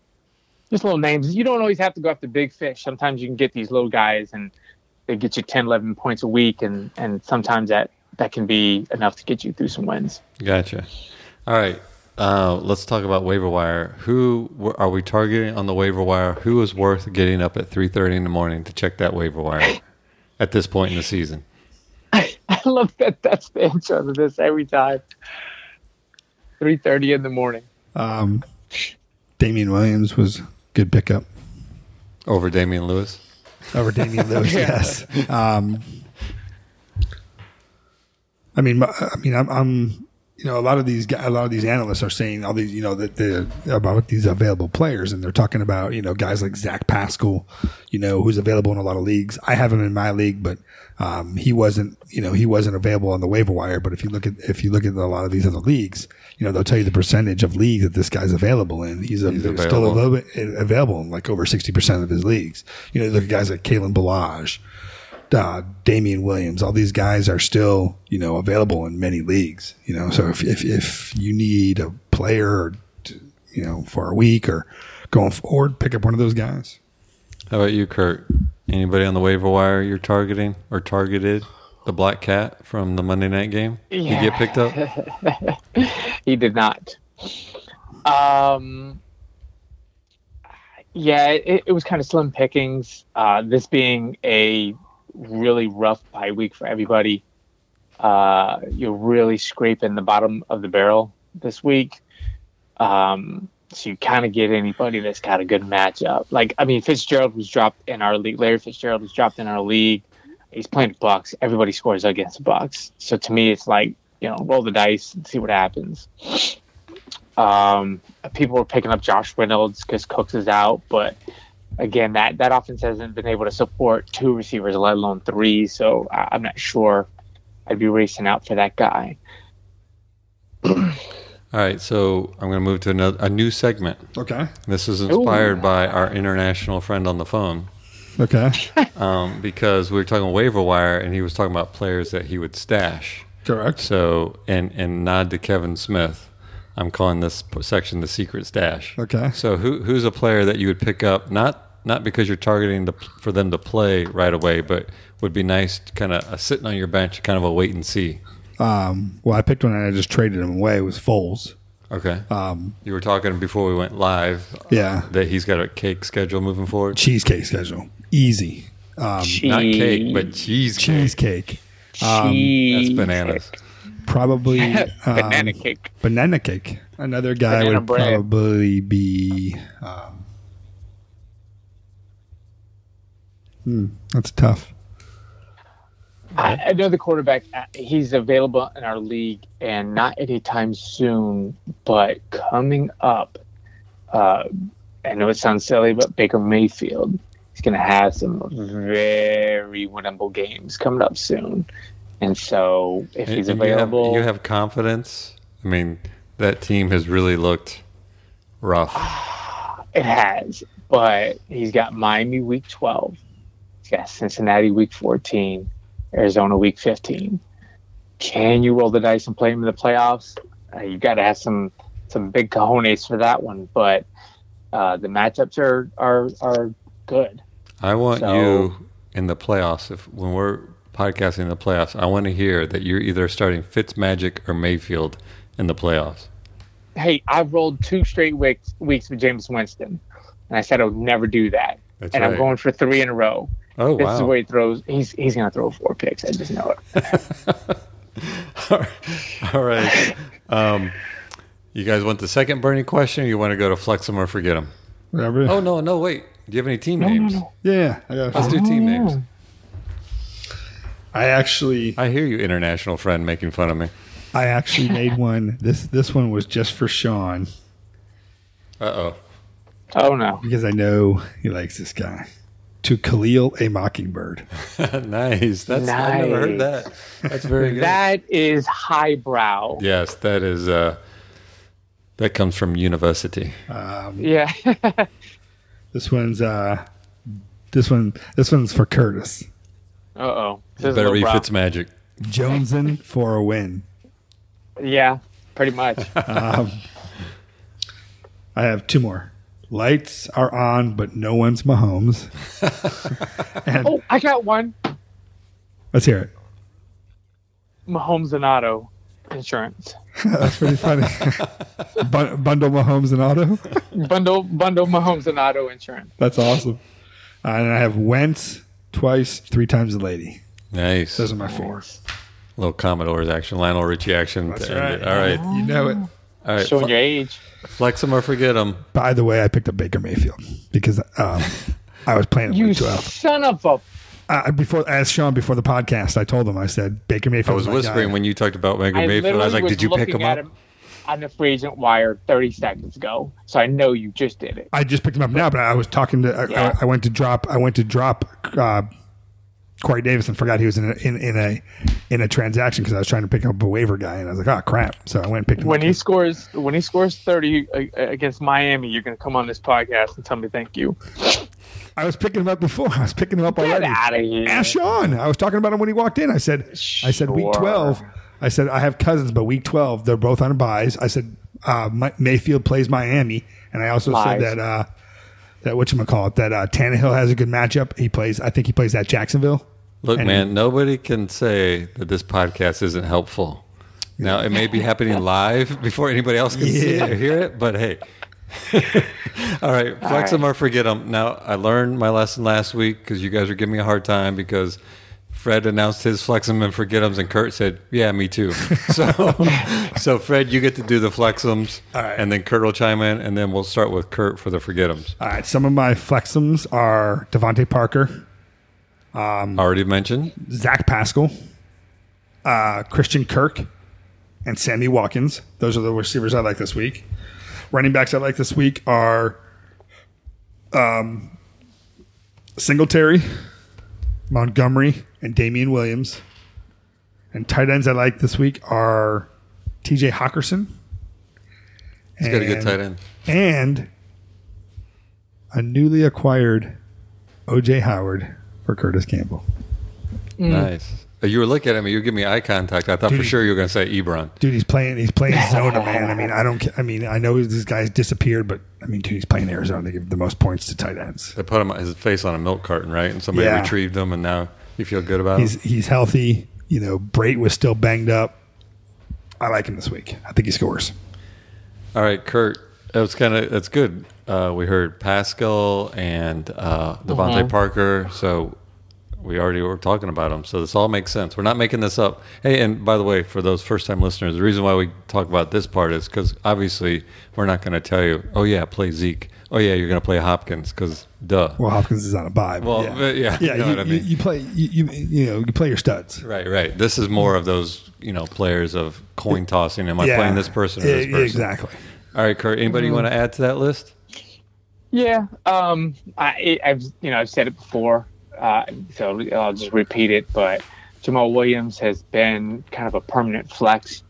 Speaker 4: just little names. You don't always have to go after big fish. Sometimes you can get these little guys and they get you 10, 11 points a week. And, and sometimes that, that can be enough to get you through some wins. (laughs)
Speaker 2: Gotcha. All right. Uh, let's talk about waiver wire. Who w- are we targeting on the waiver wire? Who is worth getting up at 3.30 in the morning to check that waiver wire at this point in the season?
Speaker 4: I love that. That's the intro to this every time. 3.30 in the morning.
Speaker 1: Um, Damian Williams was good pickup.
Speaker 2: Over Damian Lewis?
Speaker 1: over Damian Lewis. Yes. Um, I mean, my- I mean, I'm, I'm, you know, a lot of these, guy- a lot of these analysts are saying all these, you know, that the about these available players, and they're talking about, you know, guys like Zach Pascal, you know, who's available in a lot of leagues. I have him in my league, but um, he wasn't, you know, he wasn't available on the waiver wire. But if you look at if you look at a lot of these other leagues, you know, they'll tell you the percentage of leagues that this guy's available in. He's, a, still
Speaker 2: available.
Speaker 1: available available, available in like over 60% of his leagues. You know, look at guys like Kalen Balaj, uh, Damian Williams, all these guys are still, you know, available in many leagues, you know. So if, if, if you need a player, to, you know, for a week or going forward, pick up one of those guys.
Speaker 2: How about you, Kurt? Anybody on the waiver wire you're targeting or targeted? The black cat from the Monday night game?
Speaker 4: Yeah.
Speaker 2: You get picked up?
Speaker 4: He did not. Um, yeah, it, it was kind of slim pickings. Uh, this being a really rough bye week for everybody, uh, you're really scraping the bottom of the barrel this week. Um, so you kind of get anybody that's got a good matchup. Like, I mean, Fitzgerald was dropped in our league. Larry Fitzgerald was dropped in our league. He's playing Bucks. Everybody scores against the Bucks. So to me, it's like you know, roll the dice and see what happens. Um, people were picking up Josh Reynolds because Cooks is out, but again, that that offense hasn't been able to support two receivers, let alone three. So I, I'm not sure I'd be racing out for that guy.
Speaker 2: All All right, so I'm going to move to another a new segment.
Speaker 1: Okay.
Speaker 2: This is inspired by our international friend on the phone
Speaker 1: Okay.
Speaker 2: um, because we were talking waiver wire and he was talking about players that he would stash.
Speaker 1: (laughs) Correct.
Speaker 2: So, and and nod to Kevin Smith. I'm calling this p- section the secret stash.
Speaker 1: Okay.
Speaker 2: So who who's a player that you would pick up not not because you're targeting to, for them to play right away, but would be nice to kind of uh, sitting on your bench, kind of a wait and see.
Speaker 1: Um, well, I picked one and I just traded him away. It was Foles.
Speaker 2: Okay.
Speaker 1: Um,
Speaker 2: you were talking before we went live
Speaker 1: yeah.
Speaker 2: that he's got a cake schedule moving forward.
Speaker 1: Cheesecake schedule. Easy.
Speaker 2: Um, Not cake, but cheesecake.
Speaker 1: Cheesecake.
Speaker 2: That's bananas.
Speaker 4: (laughs)
Speaker 1: Probably um,
Speaker 4: banana cake.
Speaker 1: banana cake. Another guy
Speaker 4: Banana
Speaker 1: would
Speaker 4: bread.
Speaker 1: probably be. Um, hmm, that's tough.
Speaker 4: I, I know the quarterback. uh, He's available in our league, and not anytime soon. But coming up, uh, I know it sounds silly, but Baker Mayfield is going to have some very winnable games coming up soon. And so, if
Speaker 2: And-
Speaker 4: he's
Speaker 2: and you have-
Speaker 4: available,
Speaker 2: You have, confidence. I mean, that team has really looked rough.
Speaker 4: It has, but he's got Miami week 12. He's got Cincinnati week 14, Arizona week 15. Can you roll the dice and play him in the playoffs? Uh, you got to have some some big cojones for that one, but uh, the matchups are are are good.
Speaker 2: I want
Speaker 4: So-
Speaker 2: you in the playoffs. If when we're podcasting in the playoffs, I want to hear that you're either starting Fitzmagic or Mayfield in the playoffs.
Speaker 4: Hey, I've rolled two straight weeks weeks with James Winston, and I said I would never do that,
Speaker 2: That's
Speaker 4: and
Speaker 2: right.
Speaker 4: I'm going for three in a row.
Speaker 2: Oh
Speaker 4: This is
Speaker 2: wow! (laughs)
Speaker 4: where he throws. He's he's gonna throw four picks. I just know it.
Speaker 2: All right. Um, you guys want the second Bernie question, or you want to go to flex them or forget them?
Speaker 1: Whatever.
Speaker 2: Oh no, no, wait. Do you have any team names?
Speaker 1: Yeah. I, got a
Speaker 2: Let's
Speaker 1: few.
Speaker 2: do team names.
Speaker 1: I actually,
Speaker 2: I hear you, international friend, making fun of me.
Speaker 1: I actually made one. This this one was just for Sean
Speaker 2: Uh oh.
Speaker 4: Oh no.
Speaker 1: because I know he likes this guy. To Khalil a Mockingbird.
Speaker 2: (laughs) nice. That's I never heard
Speaker 4: Nice.
Speaker 2: that. That's
Speaker 4: (laughs)
Speaker 2: very good.
Speaker 4: That is highbrow.
Speaker 2: yes, that is. Uh, that comes from university.
Speaker 4: Yeah. (laughs)
Speaker 1: This one's uh, this one this one's for Curtis
Speaker 4: uh oh.
Speaker 2: Better be Fitzmagic.
Speaker 1: Joneson for a win.
Speaker 4: Yeah, pretty
Speaker 2: (laughs)
Speaker 4: much.
Speaker 1: I have two more. Lights are on, but no one's
Speaker 4: (laughs)
Speaker 1: Mahomes. and
Speaker 4: oh, I got one.
Speaker 1: let's hear it.
Speaker 4: Mahomes and auto insurance.
Speaker 1: That's pretty funny. (laughs) Bun- bundle Mahomes and Auto. (laughs)
Speaker 4: Bundle bundle Mahomes and auto insurance.
Speaker 1: That's awesome. Uh, and I have Wentz twice, three times the lady.
Speaker 2: Nice.
Speaker 1: Those are my four.
Speaker 2: Little Commodores action, Lionel Richie action. to end it. All right.
Speaker 4: Oh.
Speaker 1: You know it.
Speaker 2: All right.
Speaker 4: Showing
Speaker 2: Fle-
Speaker 4: your age.
Speaker 2: flex them or forget them.
Speaker 1: By the way, I picked up Baker Mayfield because um, I was playing him
Speaker 4: You
Speaker 1: week 12.
Speaker 4: son of a
Speaker 1: I, Uh, before, as Sean before the podcast, I told him, I said, Baker Mayfield.
Speaker 2: I was
Speaker 1: is my guy.
Speaker 2: whispering when you talked about Megan
Speaker 4: I
Speaker 2: Mayfield.
Speaker 4: literally
Speaker 2: I was like,
Speaker 4: was
Speaker 2: did you pick
Speaker 4: looking
Speaker 2: him
Speaker 4: at
Speaker 2: up?
Speaker 4: him on the free agent wire 30 seconds ago. So I know you just did it.
Speaker 1: I just picked him up now, but I was talking to. I,
Speaker 4: Yeah.
Speaker 1: I, I went to drop. I went to drop uh, Corey Davis and forgot he was in a, in, in a in a transaction because I was trying to pick up a waiver guy and I was like, oh crap! So I went and picked him
Speaker 4: When
Speaker 1: up.
Speaker 4: he scores when he scores 30 a- a- against Miami, you're going to come on this podcast and tell me thank you.
Speaker 1: I was picking him up before. I was picking him up
Speaker 4: Get
Speaker 1: already.
Speaker 4: out of here.
Speaker 1: Ask Sean. I was talking about him when he walked in. I said, I said week
Speaker 4: Sure.
Speaker 1: twelve. I said I have cousins, but week twelve they're both on buys. I said uh, My- Mayfield plays Miami, and I also said
Speaker 4: Lies.
Speaker 1: that uh, that what you call it that uh, Tannehill has a good matchup. He plays. I think he plays at Jacksonville.
Speaker 2: Look,
Speaker 1: And-
Speaker 2: man, nobody can say that this podcast isn't helpful. Now,
Speaker 1: (laughs)
Speaker 2: it may be happening live before anybody else can see it or hear it, but hey. (laughs) All right, flex them or forget them. Now, I learned my lesson last week because you guys were giving me a hard time because Fred announced his flex 'em and forget 'ems, and Kurt said, "Yeah,
Speaker 1: (laughs)
Speaker 2: me too." So, so Fred, you get to do the flex 'ems,
Speaker 1: All right.
Speaker 2: and then Kurt will chime in, and then we'll start with Kurt for the forget 'ems.
Speaker 1: All right, some of my flexums are Devontae Parker, Mm.
Speaker 2: Already mentioned.
Speaker 1: Zach Pascal, uh, Christian Kirk, and Sammy Watkins. Those are the receivers I like this week. Running backs I like this week are um, Singletary, Montgomery, and Damian Williams. And tight ends I like this week are TJ Hawkinson, He's
Speaker 2: got a good tight end.
Speaker 1: And a newly acquired OJ Howard for Curtis Campbell.
Speaker 2: Nice. Uh, You were looking at me. You were giving me eye contact. I thought for
Speaker 1: Mm. Dude.
Speaker 2: sure you were going to say Ebron.
Speaker 1: Dude, he's playing. He's playing Arizona, man. I mean, I don't. ca- I mean, I know this guy's disappeared, but I mean, dude, he's playing Arizona. They give the most points to tight ends.
Speaker 2: They put him his face on a milk carton, right? And somebody
Speaker 1: Yeah.
Speaker 2: retrieved him, and now you feel good about him.
Speaker 1: He's he's healthy. You know, Brait was still banged up. I like him this week. I think he scores.
Speaker 2: All right, Kurt. That was kind of that's good. Uh, we heard Pascal and uh, Devontae
Speaker 1: Uh-huh.
Speaker 2: Parker, so we already were talking about them. So this all makes sense. We're not making this up. Hey, and by the way, for those first-time listeners, the reason why we talk about this part is because obviously we're not going to tell you. Oh yeah, play Zeke. Oh yeah, you're going to play Hopkins because duh.
Speaker 1: Well, Hopkins is on a bye. but
Speaker 2: Well, uh, yeah,
Speaker 1: yeah.
Speaker 2: you know
Speaker 1: you,
Speaker 2: what I mean.
Speaker 1: you, you play. You, you you know you play your studs.
Speaker 2: Right, right. This is more of those you know players of coin tossing. Am I
Speaker 1: yeah.
Speaker 2: playing this person or this
Speaker 1: E-
Speaker 2: person?
Speaker 1: Exactly. Mm-hmm.
Speaker 2: All right, Kurt. Anybody you want to add to that list?
Speaker 4: Yeah, um, I, I've you know I've said it before, uh, so I'll just repeat it. But Jamal Williams has been kind of a permanent flex,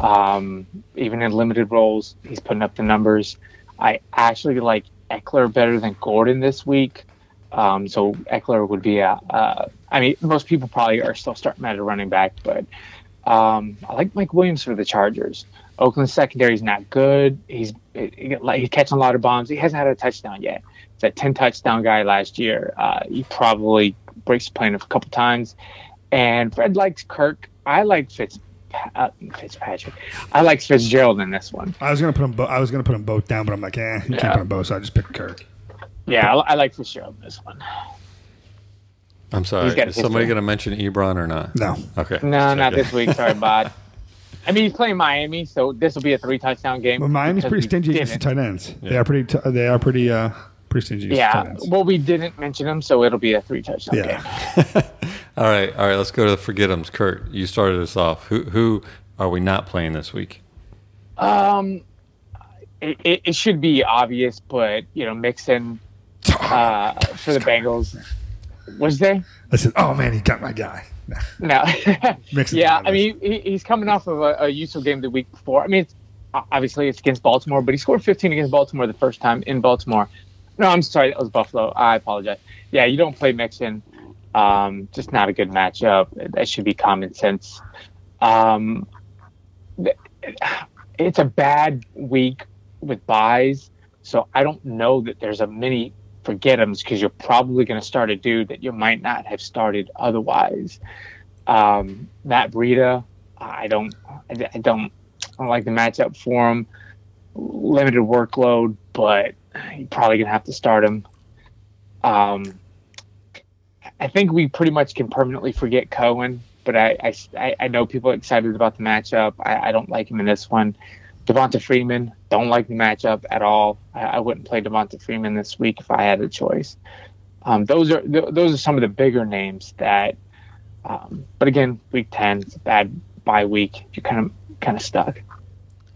Speaker 4: um, even in limited roles. He's putting up the numbers. I actually like Eckler better than Gordon this week. Um, so Eckler would be a. Uh, I mean, most people probably are still starting at a running back, but um, I like Mike Williams for the Chargers. Oakland's secondary is not good. He's he- like he's catching a lot of bombs. He hasn't had a touchdown yet. He's a ten touchdown guy last year. Uh, he probably breaks the plane a couple times. And Fred likes Kirk. I like Fitz uh, Fitzpatrick. I like Fitzgerald in this one.
Speaker 1: I was gonna put them. Bo- I was gonna put them both down, but I'm like, eh, you can't put them both. So I just picked Kirk.
Speaker 4: Yeah, I, I like Fitzgerald in this one.
Speaker 2: I'm sorry.
Speaker 4: He's got
Speaker 2: Is somebody
Speaker 4: history.
Speaker 2: going to mention Ebron or not?
Speaker 1: No.
Speaker 2: Okay.
Speaker 4: No, not this week. Sorry, bud. I mean, he's playing Miami, so this will be a three touchdown game.
Speaker 1: But Miami's
Speaker 4: because
Speaker 1: pretty
Speaker 4: we
Speaker 1: stingy against the
Speaker 4: didn't.
Speaker 1: tight ends. They are pretty. T- they are pretty. Uh, pretty stingy against the tight
Speaker 4: Yeah,
Speaker 1: ends.
Speaker 4: well, we didn't mention him, so it'll be a three touchdown
Speaker 1: Yeah.
Speaker 4: game.
Speaker 2: All right, all right. Let's go to the forgetums. Kurt, you started us off. Who who are we not playing this week?
Speaker 4: Um, it, it, it should be obvious, but you know, Mixon uh, for the Bengals was there.
Speaker 1: I said, oh man, he got my guy. Nah.
Speaker 4: No,
Speaker 1: Mixon's
Speaker 4: yeah,
Speaker 1: on
Speaker 4: I
Speaker 1: this.
Speaker 4: mean, he, he's coming off of a, a useful game the week before. I mean, it's, obviously it's against Baltimore, but he scored 15 against Baltimore the first time in Baltimore. No, I'm sorry, that was Buffalo. I apologize. Yeah, you don't play Mixon. Um, just not a good matchup. That should be common sense. Um, th- it's a bad week with buys, so I don't know that there's a many forgetums because you're probably going to start a dude that you might not have started otherwise. Um, Matt Breida, I don't, I d- I don't, I don't like the matchup for him. Limited workload, but you're probably gonna have to start him. Um, I think we pretty much can permanently forget Cohen, but I, I s- I- I know people are excited about the matchup. I, I don't like him in this one. Devonta Freeman, don't like the matchup at all. I, I wouldn't play Devonta Freeman this week if I had a choice. Um, those are th- those are some of the bigger names that um, but again, week ten, it's a bad bye week. You're kind of kind of stuck.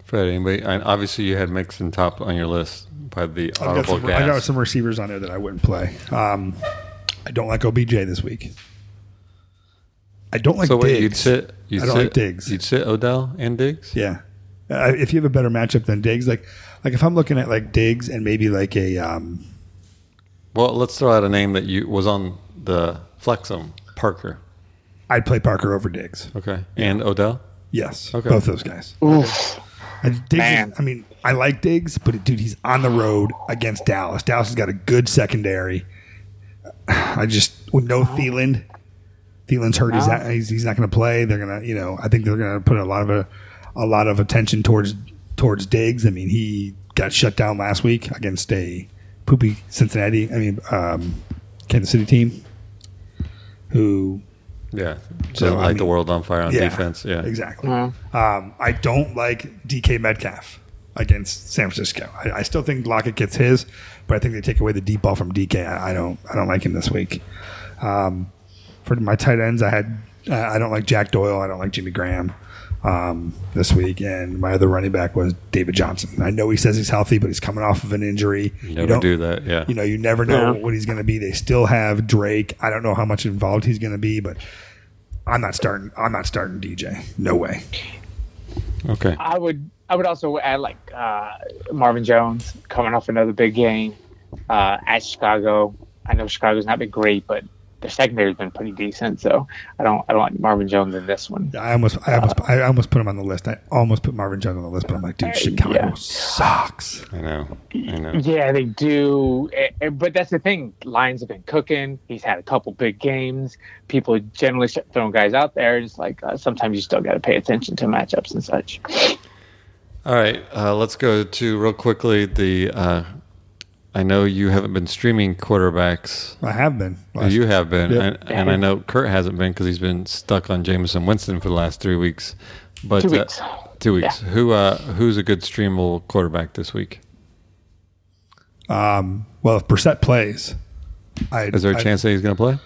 Speaker 2: Fred, anybody? And obviously, you had Mixon top on your list by the
Speaker 1: I've got
Speaker 2: audible
Speaker 1: some, I got
Speaker 2: gas.
Speaker 1: some receivers on there that I wouldn't play. Um, I don't like OBJ this week. I don't like
Speaker 2: so wait,
Speaker 1: Diggs.
Speaker 2: you'd sit? You'd
Speaker 1: I don't
Speaker 2: sit,
Speaker 1: like Diggs.
Speaker 2: You'd sit Odell and Diggs.
Speaker 1: Yeah, uh, if you have a better matchup than Diggs, like like if I'm looking at like Diggs and maybe like a um,
Speaker 2: Well, let's throw out a name that you was on the flexum. Parker.
Speaker 1: I'd play Parker over Diggs.
Speaker 2: Okay. And Odell.
Speaker 1: Yes,
Speaker 2: Okay.
Speaker 1: both those guys.
Speaker 4: Oof.
Speaker 1: And Diggs is-
Speaker 4: Man.
Speaker 1: I mean, I like Diggs, but dude, he's on the road against Dallas. Dallas has got a good secondary. (sighs) I just with no Thielen. Thielen's hurt. He's,
Speaker 4: No.
Speaker 1: not, he's he's not going to play. They're gonna, you know, I think they're gonna put a lot of a, a lot of attention towards towards Diggs. I mean, he got shut down last week against a poopy Cincinnati. I mean, um, Kansas City team. Who
Speaker 2: Yeah. So,
Speaker 1: So,
Speaker 2: light
Speaker 1: I
Speaker 2: the
Speaker 1: mean-
Speaker 2: world on fire on
Speaker 1: yeah,
Speaker 2: defense. Yeah.
Speaker 1: exactly. Um, I don't like DK Metcalf against San Francisco. I, I still think Lockett gets his, but I think they take away the deep ball from DK. I, I don't. I don't like him this week. Um, for my tight ends, I had. I I don't like Jack Doyle. I don't like Jimmy Graham um, this week, and my other running back was David Johnson. I know he says he's healthy, but he's coming off of an injury. You
Speaker 2: Never
Speaker 1: don't-
Speaker 2: do that. Yeah.
Speaker 1: you know, you never know
Speaker 4: Yeah.
Speaker 1: what he's going to be. They still have Drake. I don't know how much involved he's going to be, but I'm not starting. I'm not starting DJ. No way.
Speaker 2: okay.
Speaker 4: I would I would also add like uh, Marvin Jones coming off another big game uh, at Chicago. I know Chicago's not been great, but their secondary's been pretty decent. So I don't I don't like Marvin Jones in this one.
Speaker 1: I almost, I almost, I almost put him on the list. I almost put Marvin Jones on the list, but I'm like, dude, Chicago
Speaker 4: Yeah.
Speaker 1: sucks.
Speaker 2: I know. I know.
Speaker 4: Yeah, they do. Eh, eh, But that's the thing. Lions have been cooking. He's had a couple big games. People generally start throwing guys out there. It's like uh, sometimes you still got to pay attention to matchups and such.
Speaker 2: All right, uh, let's go to real quickly the. Uh, I know you haven't been streaming quarterbacks.
Speaker 1: I have been. last-
Speaker 2: you have been,
Speaker 1: Yep.
Speaker 2: and, and I know Kurt hasn't been because he's been stuck on Jameson Winston for the last three weeks. But
Speaker 4: Two weeks.
Speaker 2: Uh, two weeks. Who uh, who's a good streamable quarterback this week?
Speaker 1: well, if Brissett plays, I
Speaker 2: Is there a
Speaker 1: I-
Speaker 2: chance that he's going to play?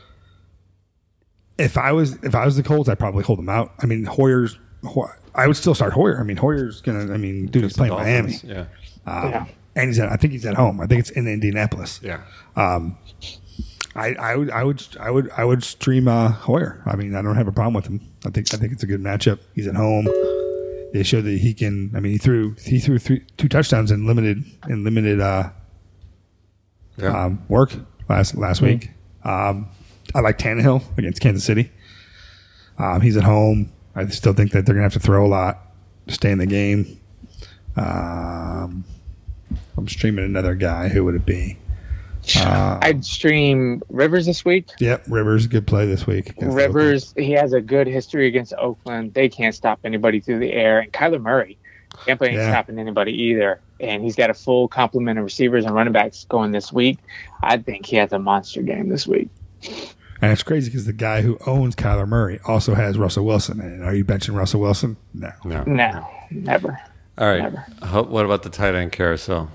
Speaker 1: if I was if I was the Colts, I'd probably hold him out. I mean, Hoyer's. Ho- I would still start Hoyer. I mean, Hoyer's gonna. I mean, dude, he's playing Miami,
Speaker 2: Dolphins, Yeah,
Speaker 4: yeah.
Speaker 1: and he's at. I think he's at home. I think it's in Indianapolis.
Speaker 2: yeah.
Speaker 1: I, I would I would I would I would stream uh, Hoyer. I mean, I don't have a problem with him. I think I think it's a good matchup. He's at home. They showed that he can. I mean, he threw he threw three, two touchdowns in limited in limited uh,
Speaker 2: Yeah.
Speaker 1: um, work last last week. Um, I like Tannehill against Kansas City. Um, he's at home. I still think that they're gonna have to throw a lot to stay in the game. Um, I'm streaming another guy. Who would it be? Uh,
Speaker 4: I'd stream Rivers this week.
Speaker 1: Yep, Rivers good play this week. against Oakland.
Speaker 4: Rivers, he has a good history against Oakland. They can't stop anybody through the air. And Kyler Murray can't play
Speaker 1: Yeah.
Speaker 4: stopping anybody either. And he's got a full complement of receivers and running backs going this week. I think he has a monster game this week.
Speaker 1: And it's crazy because the guy who owns Kyler Murray also has Russell Wilson. And are you benching Russell Wilson? No.
Speaker 2: No.
Speaker 4: No, never.
Speaker 2: All right.
Speaker 4: Never.
Speaker 2: Ho- What about the tight end carousel?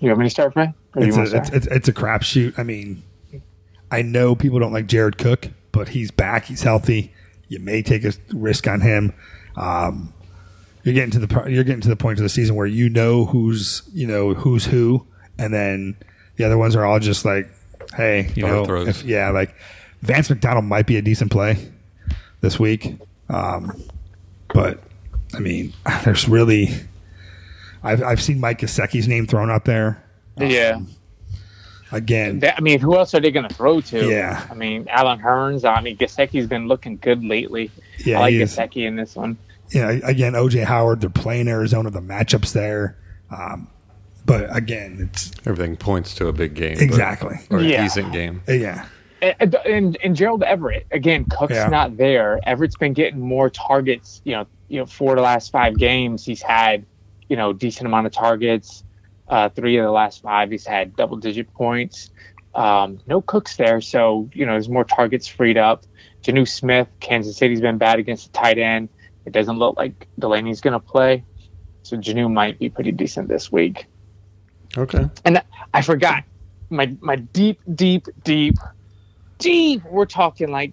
Speaker 4: You want me to start, Fred? Or you
Speaker 1: It's a,
Speaker 4: want to
Speaker 1: it's,
Speaker 4: start?
Speaker 1: it's, it's a crapshoot. I mean, I know people don't like Jared Cook, but he's back. He's healthy. You may take a risk on him. Um, you're getting to the pro- you're getting to the point of the season where you know who's you know who's who, and then the other ones are all just like, hey, you know,
Speaker 2: Overthrows.
Speaker 1: if, yeah, like Vance McDonald might be a decent play this week, um, but I mean, (sighs) there's really. I've, I've seen Mike Gesicki's name thrown out there
Speaker 4: yeah.
Speaker 1: again.
Speaker 4: That- I mean, who else are they going to throw to?
Speaker 1: Yeah.
Speaker 4: I mean, Alan Hearns. I mean, Gasecki's been looking good lately.
Speaker 1: Yeah,
Speaker 4: I like
Speaker 1: he is.
Speaker 4: Gasecki in this one.
Speaker 1: you know, again, OJ Howard, they're playing Arizona, the matchups there. Um, but again, it's
Speaker 2: Everything points to a big game. but-
Speaker 1: exactly.
Speaker 2: Or a
Speaker 4: Yeah.
Speaker 2: decent game.
Speaker 1: Yeah.
Speaker 4: and, and, and Gerald Everett again. Cook's
Speaker 1: Yeah.
Speaker 4: not there. Everett's been getting more targets. You know, you know, four of the last five games he's had, you know, decent amount of targets. Uh, three of the last five he's had double digit points. Um, no Cooks there, so you know there's more targets freed up. Janu Smith, Kansas City's been bad against the tight end. It doesn't look like Delaney's going to play, so Janu might be pretty decent this week.
Speaker 2: Okay.
Speaker 4: And I forgot my my deep, deep, deep, deep. We're talking like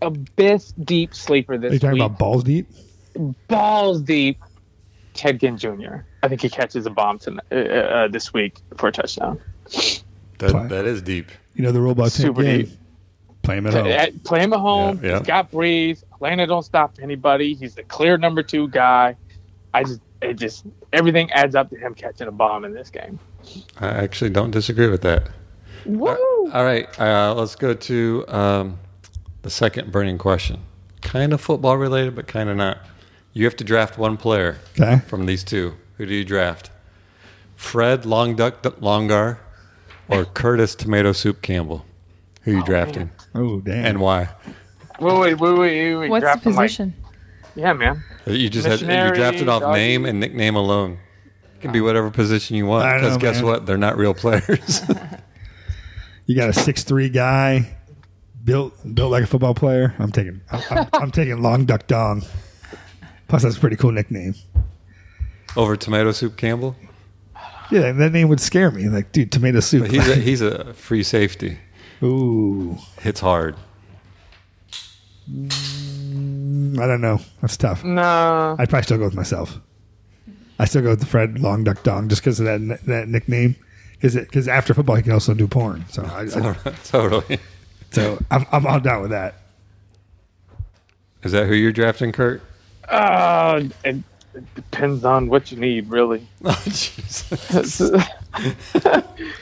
Speaker 4: abyss deep sleeper
Speaker 1: Are you
Speaker 4: this
Speaker 1: talking
Speaker 4: week.
Speaker 1: about balls deep?
Speaker 4: Balls deep. Ted Ginn Jr. I think he catches a bomb tonight, uh, uh, this week for a touchdown.
Speaker 1: Oh. Play.
Speaker 2: That, that is deep.
Speaker 1: You know the robot
Speaker 4: Super
Speaker 1: game.
Speaker 4: deep.
Speaker 1: Play him at home.
Speaker 4: Uh, Play him at home.
Speaker 2: Yeah, yeah.
Speaker 4: He's got Breeze. Atlanta don't stop anybody. He's the clear number two guy. I just, it just, everything adds up to him catching a bomb in this game.
Speaker 2: I actually don't disagree with that.
Speaker 4: Woo!
Speaker 2: All right, uh, let's go to um, the second burning question. Kind of football related, but kind of not. You have to draft one player
Speaker 1: Okay.
Speaker 2: from these two. Who do you draft? Fred Long Duck D- Longar or Curtis Tomato Soup Campbell? Who you drafting
Speaker 1: Oh, damn.
Speaker 2: and why?
Speaker 4: Wait, wait, wait, wait, wait.
Speaker 3: What's the
Speaker 4: Draft him like-
Speaker 3: position?
Speaker 4: yeah, man.
Speaker 2: Uh, You just had you drafted
Speaker 4: Missionary,
Speaker 2: off
Speaker 4: doggy.
Speaker 2: name and nickname alone. It can be whatever position you want.
Speaker 1: I know,
Speaker 2: Because guess
Speaker 1: man.
Speaker 2: what? They're not real players. (laughs)
Speaker 1: you got a six three guy, built built like a football player. I'm taking I'm, I'm, (laughs) I'm taking long duck dong. Plus, that's a pretty cool nickname.
Speaker 2: Over Tomato Soup Campbell,
Speaker 1: Yeah, that name would scare me. Like, dude, tomato soup.
Speaker 2: he's a, he's a free safety.
Speaker 1: (laughs) Ooh,
Speaker 2: Hits hard. (laughs)
Speaker 1: I don't know. That's tough.
Speaker 4: No.
Speaker 1: I'd probably still go with myself. I still go with Fred Long Duck Dong just because of that that nickname. Because after football, he can also do porn. So I, I,
Speaker 2: totally.
Speaker 1: so I'm I'm all down with that.
Speaker 4: (laughs)
Speaker 2: Is that who you're drafting, Kurt?
Speaker 4: Uh, it, it depends on what you need,
Speaker 2: (laughs)
Speaker 4: really.
Speaker 2: Oh, Jesus.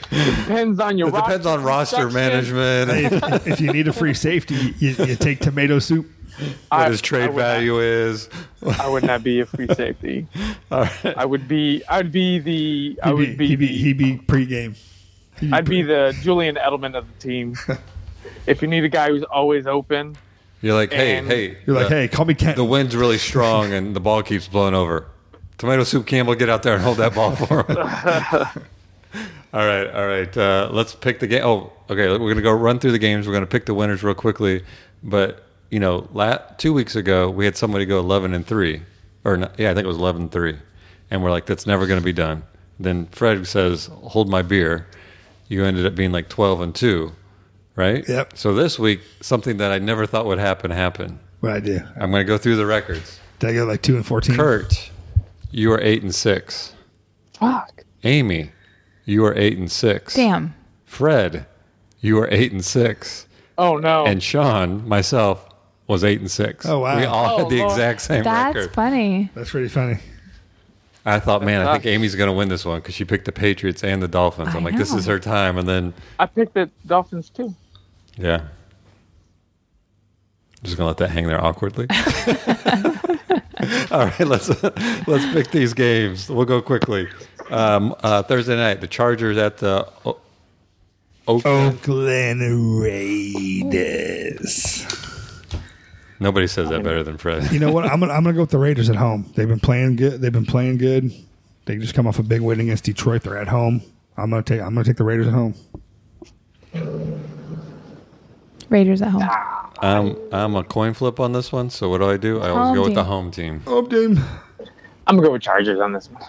Speaker 4: depends on your.
Speaker 2: It depends on roster
Speaker 4: construction.
Speaker 2: management
Speaker 1: Hey,
Speaker 2: and
Speaker 1: if, if you need a free safety, you, you take tomato soup.
Speaker 4: I-
Speaker 2: what his
Speaker 4: (laughs) I
Speaker 2: trade
Speaker 4: would not-
Speaker 2: value is. (laughs)
Speaker 4: I would not be a free safety.
Speaker 2: All right.
Speaker 4: I would be. I would be the. I
Speaker 1: He'd
Speaker 4: would be.
Speaker 1: he'd be,
Speaker 4: the-
Speaker 1: he'd be pregame. He'd
Speaker 4: I'd be
Speaker 1: pre-
Speaker 4: the Julian Edelman of the
Speaker 2: (laughs)
Speaker 4: team. if you need a guy who's always open,
Speaker 2: You're like, hey,
Speaker 4: And-
Speaker 2: hey.
Speaker 1: You're like,
Speaker 2: the-
Speaker 1: hey, call me (laughs) Kent.
Speaker 2: The wind's really strong and the ball keeps blowing over. Tomato Soup Campbell, get out there and hold that ball for him. all right, all right. Uh, let's pick the game. Oh, okay. We're going to go run through the games. We're going to pick the winners real quickly. But, you know, la two weeks ago, we had somebody go 11 and 3. Or, not, yeah, I think it was 11 and 3. And we're like, that's never going to be done. Then Fred says, hold my beer. You ended up being like 12 and 2, right?
Speaker 1: Yep.
Speaker 2: So this week, something that I never thought would happen happened.
Speaker 1: what I do?
Speaker 2: I'm going to go through the records.
Speaker 1: Did I go like two and fourteen?
Speaker 2: Kurt, you are eight and six.
Speaker 4: fuck.
Speaker 2: Amy, you are eight and six.
Speaker 3: Damn.
Speaker 2: Fred, you are eight and six.
Speaker 4: Oh no.
Speaker 2: And Sean, myself, was eight and six.
Speaker 1: Oh, wow.
Speaker 2: We all
Speaker 4: Oh,
Speaker 2: had the
Speaker 4: Lord.
Speaker 2: exact same
Speaker 3: That's
Speaker 2: record.
Speaker 3: funny.
Speaker 1: That's pretty funny.
Speaker 2: I thought, man, I
Speaker 4: That's
Speaker 2: think Amy's going to win this one because she picked the Patriots and the Dolphins. I'm
Speaker 3: I
Speaker 2: like, this
Speaker 3: know.
Speaker 2: is her time. And then,
Speaker 4: I picked the Dolphins too.
Speaker 2: yeah. I'm just gonna let that hang there
Speaker 3: (laughs)
Speaker 2: awkwardly. (laughs) All right, let's let's pick these games. We'll go quickly. Um, uh, Thursday night, the Chargers at the O-
Speaker 1: Oh.
Speaker 2: Oakland.
Speaker 1: Oakland Raiders.
Speaker 2: Nobody says that better than Fred.
Speaker 1: You know what? I'm gonna, I'm gonna go with the Raiders at home. They've been playing good. They've been playing good. They just come off a big win against Detroit. They're at home. I'm gonna take I'm gonna take the Raiders at home.
Speaker 3: Raiders at home.
Speaker 4: Ah.
Speaker 2: I'm I'm a coin flip on this one. So what do I do? I always
Speaker 3: Home
Speaker 2: go with the
Speaker 3: team.
Speaker 2: home team.
Speaker 1: Oh, dude.
Speaker 4: I'm gonna go with Chargers on this one.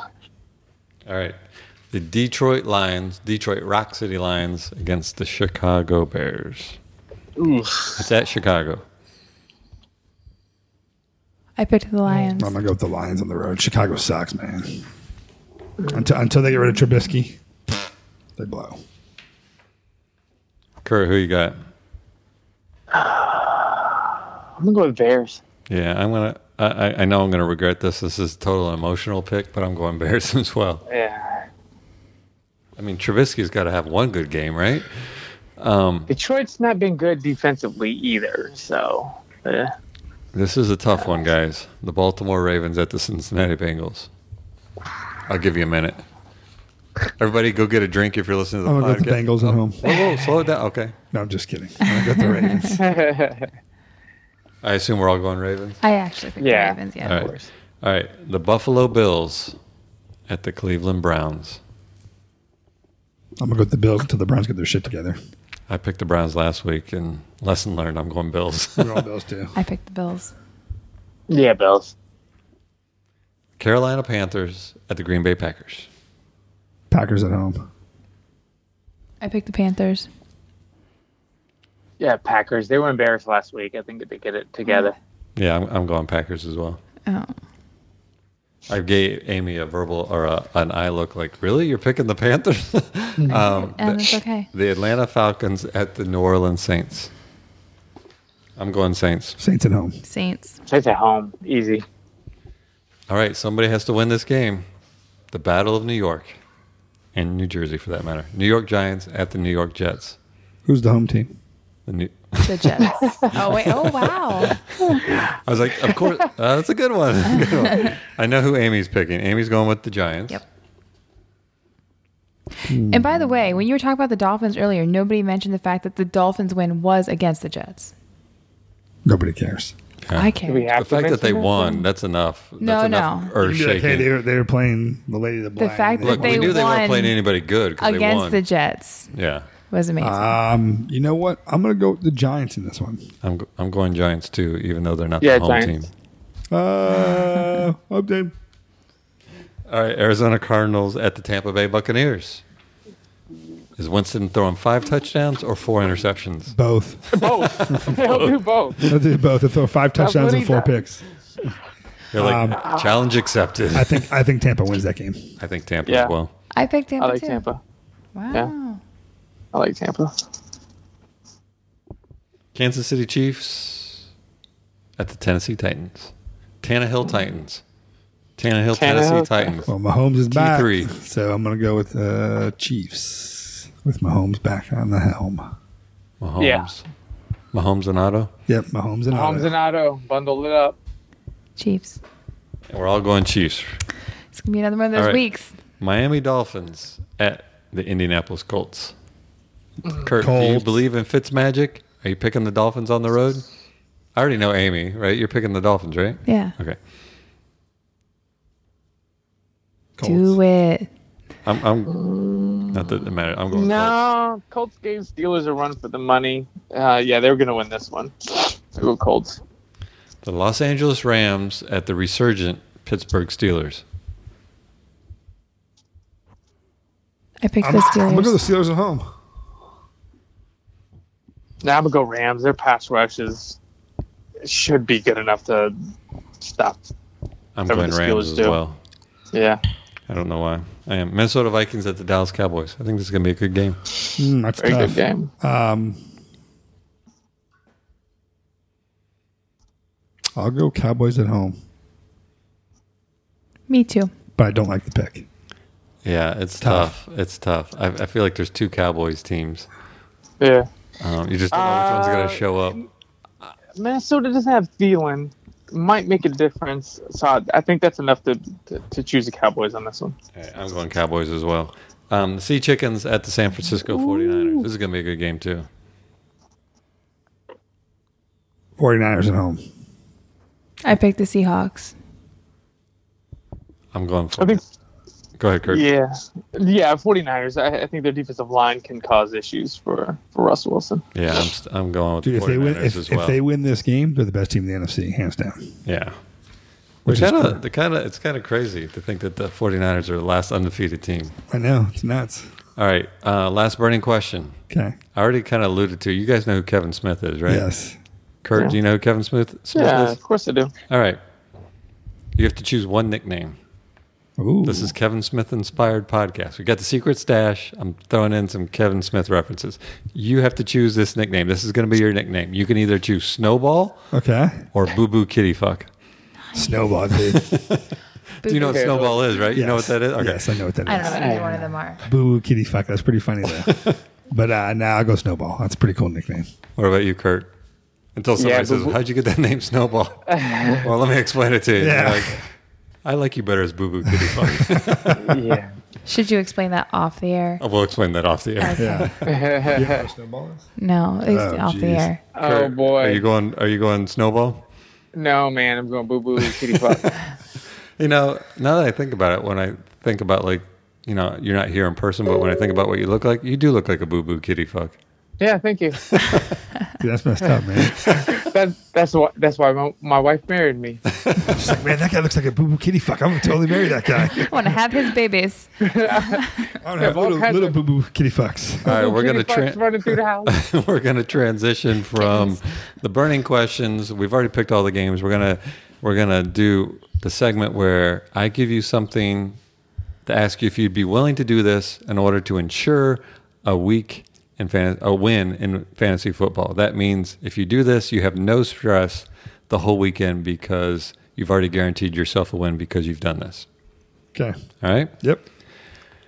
Speaker 2: All right, the Detroit Lions, Detroit Rock City Lions against the Chicago Bears. It's at Chicago.
Speaker 3: I picked the Lions.
Speaker 1: I'm gonna go with the Lions on the road. Chicago sucks, man. Until until they get rid of Trubisky, they blow.
Speaker 2: Kurt, who you got?
Speaker 4: I'm gonna go with Bears.
Speaker 2: Yeah, I'm gonna. I, I- I know I'm gonna regret this. This is a total emotional pick, but I'm going (laughs) Bears as well.
Speaker 4: Yeah.
Speaker 2: I mean, Trubisky's got to have one good game, right?
Speaker 4: Detroit's not been good defensively either, so. eh.
Speaker 2: This is a tough one, guys. The Baltimore Ravens at the Cincinnati Bengals. I'll give you a minute. Everybody, go get a drink if you're listening to the
Speaker 1: I'm gonna go
Speaker 2: podcast.
Speaker 1: with the Bengals at home.
Speaker 2: Whoa, whoa, slow it down. Okay,
Speaker 1: No, I'm just kidding. I'm gonna go with the
Speaker 3: (laughs)
Speaker 1: Ravens.
Speaker 2: I assume we're all going Ravens.
Speaker 3: I actually picked
Speaker 4: Yeah.
Speaker 3: the Ravens. Yeah.
Speaker 2: All right. All right, the Buffalo Bills at the Cleveland Browns.
Speaker 1: I'm gonna go with the Bills until the Browns get their shit together.
Speaker 2: I picked the Browns last week, and lesson learned. I'm going Bills. (laughs)
Speaker 1: We're all Bills too.
Speaker 3: I picked the Bills.
Speaker 4: Yeah, Bills.
Speaker 2: Carolina Panthers at the Green Bay Packers.
Speaker 1: Packers at home.
Speaker 3: I picked the Panthers.
Speaker 4: Yeah, Packers. They were embarrassed last week. I think that they get it together.
Speaker 2: Yeah, I'm, I'm going Packers as well.
Speaker 3: Oh.
Speaker 2: I gave Amy a verbal or a, an eye look like, really? You're picking the Panthers? (laughs) um,
Speaker 3: And
Speaker 2: the,
Speaker 3: it's okay.
Speaker 2: the Atlanta Falcons at the New Orleans Saints. I'm going Saints.
Speaker 1: Saints at home.
Speaker 3: Saints.
Speaker 4: Saints at home, easy.
Speaker 2: All right, somebody has to win this game. The Battle of New York and New Jersey, for that matter. New York Giants at the New York Jets.
Speaker 1: Who's the home team?
Speaker 2: The New- (laughs)
Speaker 3: The
Speaker 4: (laughs)
Speaker 3: Jets. oh wait. Oh wow.
Speaker 2: I was like, of
Speaker 3: (laughs)
Speaker 2: course, uh, that's a good one. (laughs) Good one. I know who Amy's picking. Amy's going with the Giants.
Speaker 3: Yep. And by the way, when you were talking about the Dolphins earlier, nobody mentioned the fact that the Dolphins win was against the Jets.
Speaker 1: Nobody cares.
Speaker 2: Yeah.
Speaker 3: I
Speaker 4: Do we
Speaker 3: care.
Speaker 4: have
Speaker 2: the fact
Speaker 4: to
Speaker 2: that they
Speaker 4: mention
Speaker 2: won, that's enough. That's
Speaker 3: No,
Speaker 2: enough
Speaker 3: no.
Speaker 2: Earth
Speaker 1: You'd be like, hey,
Speaker 2: shaking.
Speaker 1: they were, they were playing the lady of the blind.
Speaker 3: fact
Speaker 1: They
Speaker 2: Look,
Speaker 3: that
Speaker 1: won.
Speaker 2: we
Speaker 3: they
Speaker 2: knew they weren't
Speaker 3: won
Speaker 2: playing anybody good because they
Speaker 3: Against
Speaker 2: won. Ah.
Speaker 3: the Jets
Speaker 2: yeah,
Speaker 3: was amazing.
Speaker 1: um, you know what? I'm gonna go with the Giants in this one.
Speaker 2: I'm go- I'm going Giants too, even though they're not
Speaker 4: Yeah,
Speaker 2: the home
Speaker 4: Giants.
Speaker 2: team.
Speaker 1: Uh, update.
Speaker 2: All right, Arizona Cardinals at the Tampa Bay Buccaneers. Is Winston throwing five touchdowns or four interceptions?
Speaker 1: (laughs) Both.
Speaker 4: (laughs)
Speaker 2: (laughs)
Speaker 4: Both. They'll do both.
Speaker 1: They'll do both. They'll throw five touchdowns
Speaker 4: what
Speaker 1: and
Speaker 4: he
Speaker 1: four
Speaker 4: does.
Speaker 1: picks.
Speaker 2: They're like challenge accepted.
Speaker 1: Um, I think I think Tampa wins that game.
Speaker 2: I think Tampa
Speaker 4: Yeah.
Speaker 2: as well.
Speaker 3: I picked
Speaker 4: I
Speaker 3: Tampa
Speaker 4: like
Speaker 3: too.
Speaker 4: Tampa.
Speaker 3: Wow.
Speaker 4: Yeah. I like Tampa.
Speaker 2: Kansas City Chiefs at the Tennessee Titans. Tannehill Titans. Tannehill, Tennessee
Speaker 4: Tannehill.
Speaker 2: Titans.
Speaker 1: Well, Mahomes is back,
Speaker 2: T3.
Speaker 1: so I'm going to go with uh, Chiefs with Mahomes back on the helm.
Speaker 2: Mahomes.
Speaker 4: Yeah.
Speaker 2: Mahomes and Otto.
Speaker 1: Yep, Mahomes and
Speaker 4: Holmes
Speaker 1: Mahomes
Speaker 4: and Otto bundled it up.
Speaker 3: Chiefs.
Speaker 2: And we're all going Chiefs.
Speaker 3: It's gonna be another one of
Speaker 2: All
Speaker 3: those
Speaker 2: right.
Speaker 3: weeks.
Speaker 2: Miami Dolphins at the Indianapolis Colts. Kurt, do you
Speaker 1: Colts.
Speaker 2: believe in Fitz magic? Are you picking the Dolphins on the road? I already know Amy, right? You're picking the Dolphins, right?
Speaker 3: Yeah.
Speaker 2: Okay.
Speaker 3: Do it.
Speaker 2: I'm, I'm not that it matters. I'm going. Colts.
Speaker 4: No, Colts gave Steelers a run for the money. Uh, yeah, they were going to win this one. I go Colts.
Speaker 2: The Los Angeles Rams at the resurgent Pittsburgh Steelers.
Speaker 3: I picked
Speaker 1: I'm,
Speaker 3: the
Speaker 1: I'm
Speaker 3: Steelers.
Speaker 1: going to go the Steelers at home.
Speaker 4: Now I'm going to go Rams. Their pass rushes should be good enough to stop.
Speaker 2: I'm
Speaker 4: Whatever
Speaker 2: going
Speaker 4: the
Speaker 2: Rams
Speaker 4: Steelers
Speaker 2: as
Speaker 4: do.
Speaker 2: well.
Speaker 4: Yeah.
Speaker 2: I don't know why. I am Minnesota Vikings at the Dallas Cowboys. I think this is going to be a good game.
Speaker 1: Mm, that's
Speaker 4: Very
Speaker 1: tough.
Speaker 4: good game.
Speaker 1: Um, I'll go Cowboys at home,
Speaker 3: Me too.
Speaker 1: but I don't like the pick.
Speaker 2: Yeah, it's tough.
Speaker 1: Tough.
Speaker 2: It's tough. I, I feel like there's two Cowboys teams.
Speaker 4: Yeah.
Speaker 2: Um, you just don't know which one's going to
Speaker 4: Uh,
Speaker 2: show up.
Speaker 4: Minnesota doesn't have Thielen. Might make a difference. So I, I think that's enough to, to, to choose the Cowboys on this one.
Speaker 2: Alright, I'm going Cowboys as well. Um, the Sea Chickens at the San Francisco 49ers. This is going to be a good game, too.
Speaker 1: 49ers at home.
Speaker 3: I picked the Seahawks.
Speaker 2: I'm going for
Speaker 4: I think,
Speaker 2: Go ahead, Kurt.
Speaker 4: yeah. Yeah, 49ers. I, I think their defensive line can cause issues for, for Russell Wilson.
Speaker 2: Yeah, I'm, st- I'm going with
Speaker 1: Dude,
Speaker 2: the
Speaker 1: if
Speaker 2: 49ers
Speaker 1: they win, if,
Speaker 2: as
Speaker 1: if
Speaker 2: well.
Speaker 1: they win this game, they're the best team in the NFC, hands down.
Speaker 2: yeah.
Speaker 1: Which
Speaker 2: Kind of,
Speaker 1: is,
Speaker 2: the kind of, it's kind of crazy to think that the 49ers are the last undefeated team.
Speaker 1: I know it's nuts.
Speaker 2: All right, uh, last burning question.
Speaker 1: Okay.
Speaker 2: I already kind of alluded to. You guys know who Kevin Smith is, right?
Speaker 1: Yes.
Speaker 2: Kurt, do you know who Kevin Smith, Smith
Speaker 4: Yeah,
Speaker 2: is?
Speaker 4: of course I do.
Speaker 2: All right. You have to choose one nickname.
Speaker 1: Ooh.
Speaker 2: This is Kevin Smith inspired podcast. We got the secret stash. I'm throwing in some Kevin Smith references. You have to choose this nickname. This is going to be your nickname. You can either choose Snowball
Speaker 1: okay.
Speaker 2: or Boo Boo Kitty Fuck.
Speaker 1: Snowball, dude.
Speaker 2: Do you know what
Speaker 4: Okay.
Speaker 2: Snowball is, right? (laughs) You know what that is? Okay.
Speaker 1: Yes, I know what that is.
Speaker 3: I don't know what either one of them are.
Speaker 1: Boo Boo Kitty Fuck. That's pretty funny
Speaker 2: (laughs)
Speaker 1: though. but uh, now I'll go Snowball. That's a pretty cool nickname.
Speaker 2: What about you, Kurt? Until somebody
Speaker 4: Yeah,
Speaker 2: says,
Speaker 4: Boo Boo-
Speaker 2: How'd you get that name, Snowball?
Speaker 4: (laughs)
Speaker 2: well, let me explain it to you. And you're
Speaker 1: Yeah.
Speaker 2: like, I like you better as Boo Boo Kitty Fuck.
Speaker 4: (laughs) Yeah.
Speaker 3: Should you explain that off the air?
Speaker 2: we'll explain that off the air.
Speaker 1: (laughs) Yeah. Snowball is?
Speaker 3: No, it's
Speaker 1: Oh,
Speaker 3: off the
Speaker 1: jeez.
Speaker 3: air.
Speaker 4: oh,
Speaker 2: Kurt, Are you
Speaker 4: boy.
Speaker 2: going, are you going Snowball?
Speaker 4: No, man. I'm going boo boo,
Speaker 2: (laughs)
Speaker 4: kitty fuck.
Speaker 2: You know, now that I think about it, when I think about like, you know, you're not here in person, but when I think about what you look like, you do look like a boo boo kitty fuck.
Speaker 4: yeah, thank you.
Speaker 1: Dude, that's messed up, man.
Speaker 4: That, that's why that's why my, my wife married me.
Speaker 1: She's like, man, that guy looks like a boo boo kitty fuck. I'm gonna totally marry that
Speaker 2: (laughs)
Speaker 1: guy.
Speaker 3: I want to have his babies.
Speaker 1: I don't have
Speaker 4: all
Speaker 1: little,
Speaker 4: kinds
Speaker 1: little
Speaker 4: of-
Speaker 1: boo boo kitty fucks.
Speaker 2: All right, we're gonna
Speaker 4: Kitty fucks
Speaker 2: tra-
Speaker 4: running through the house.
Speaker 2: (laughs) we're gonna transition from the burning questions. We've already picked all the games. We're gonna we're gonna do the segment where I give you something to ask you if you'd be willing to do this in order to ensure a week in fan- a win in fantasy football. That means if you do this, you have no stress the whole weekend because you've already guaranteed yourself a win because you've done this.
Speaker 1: Okay.
Speaker 2: All right?
Speaker 1: Yep.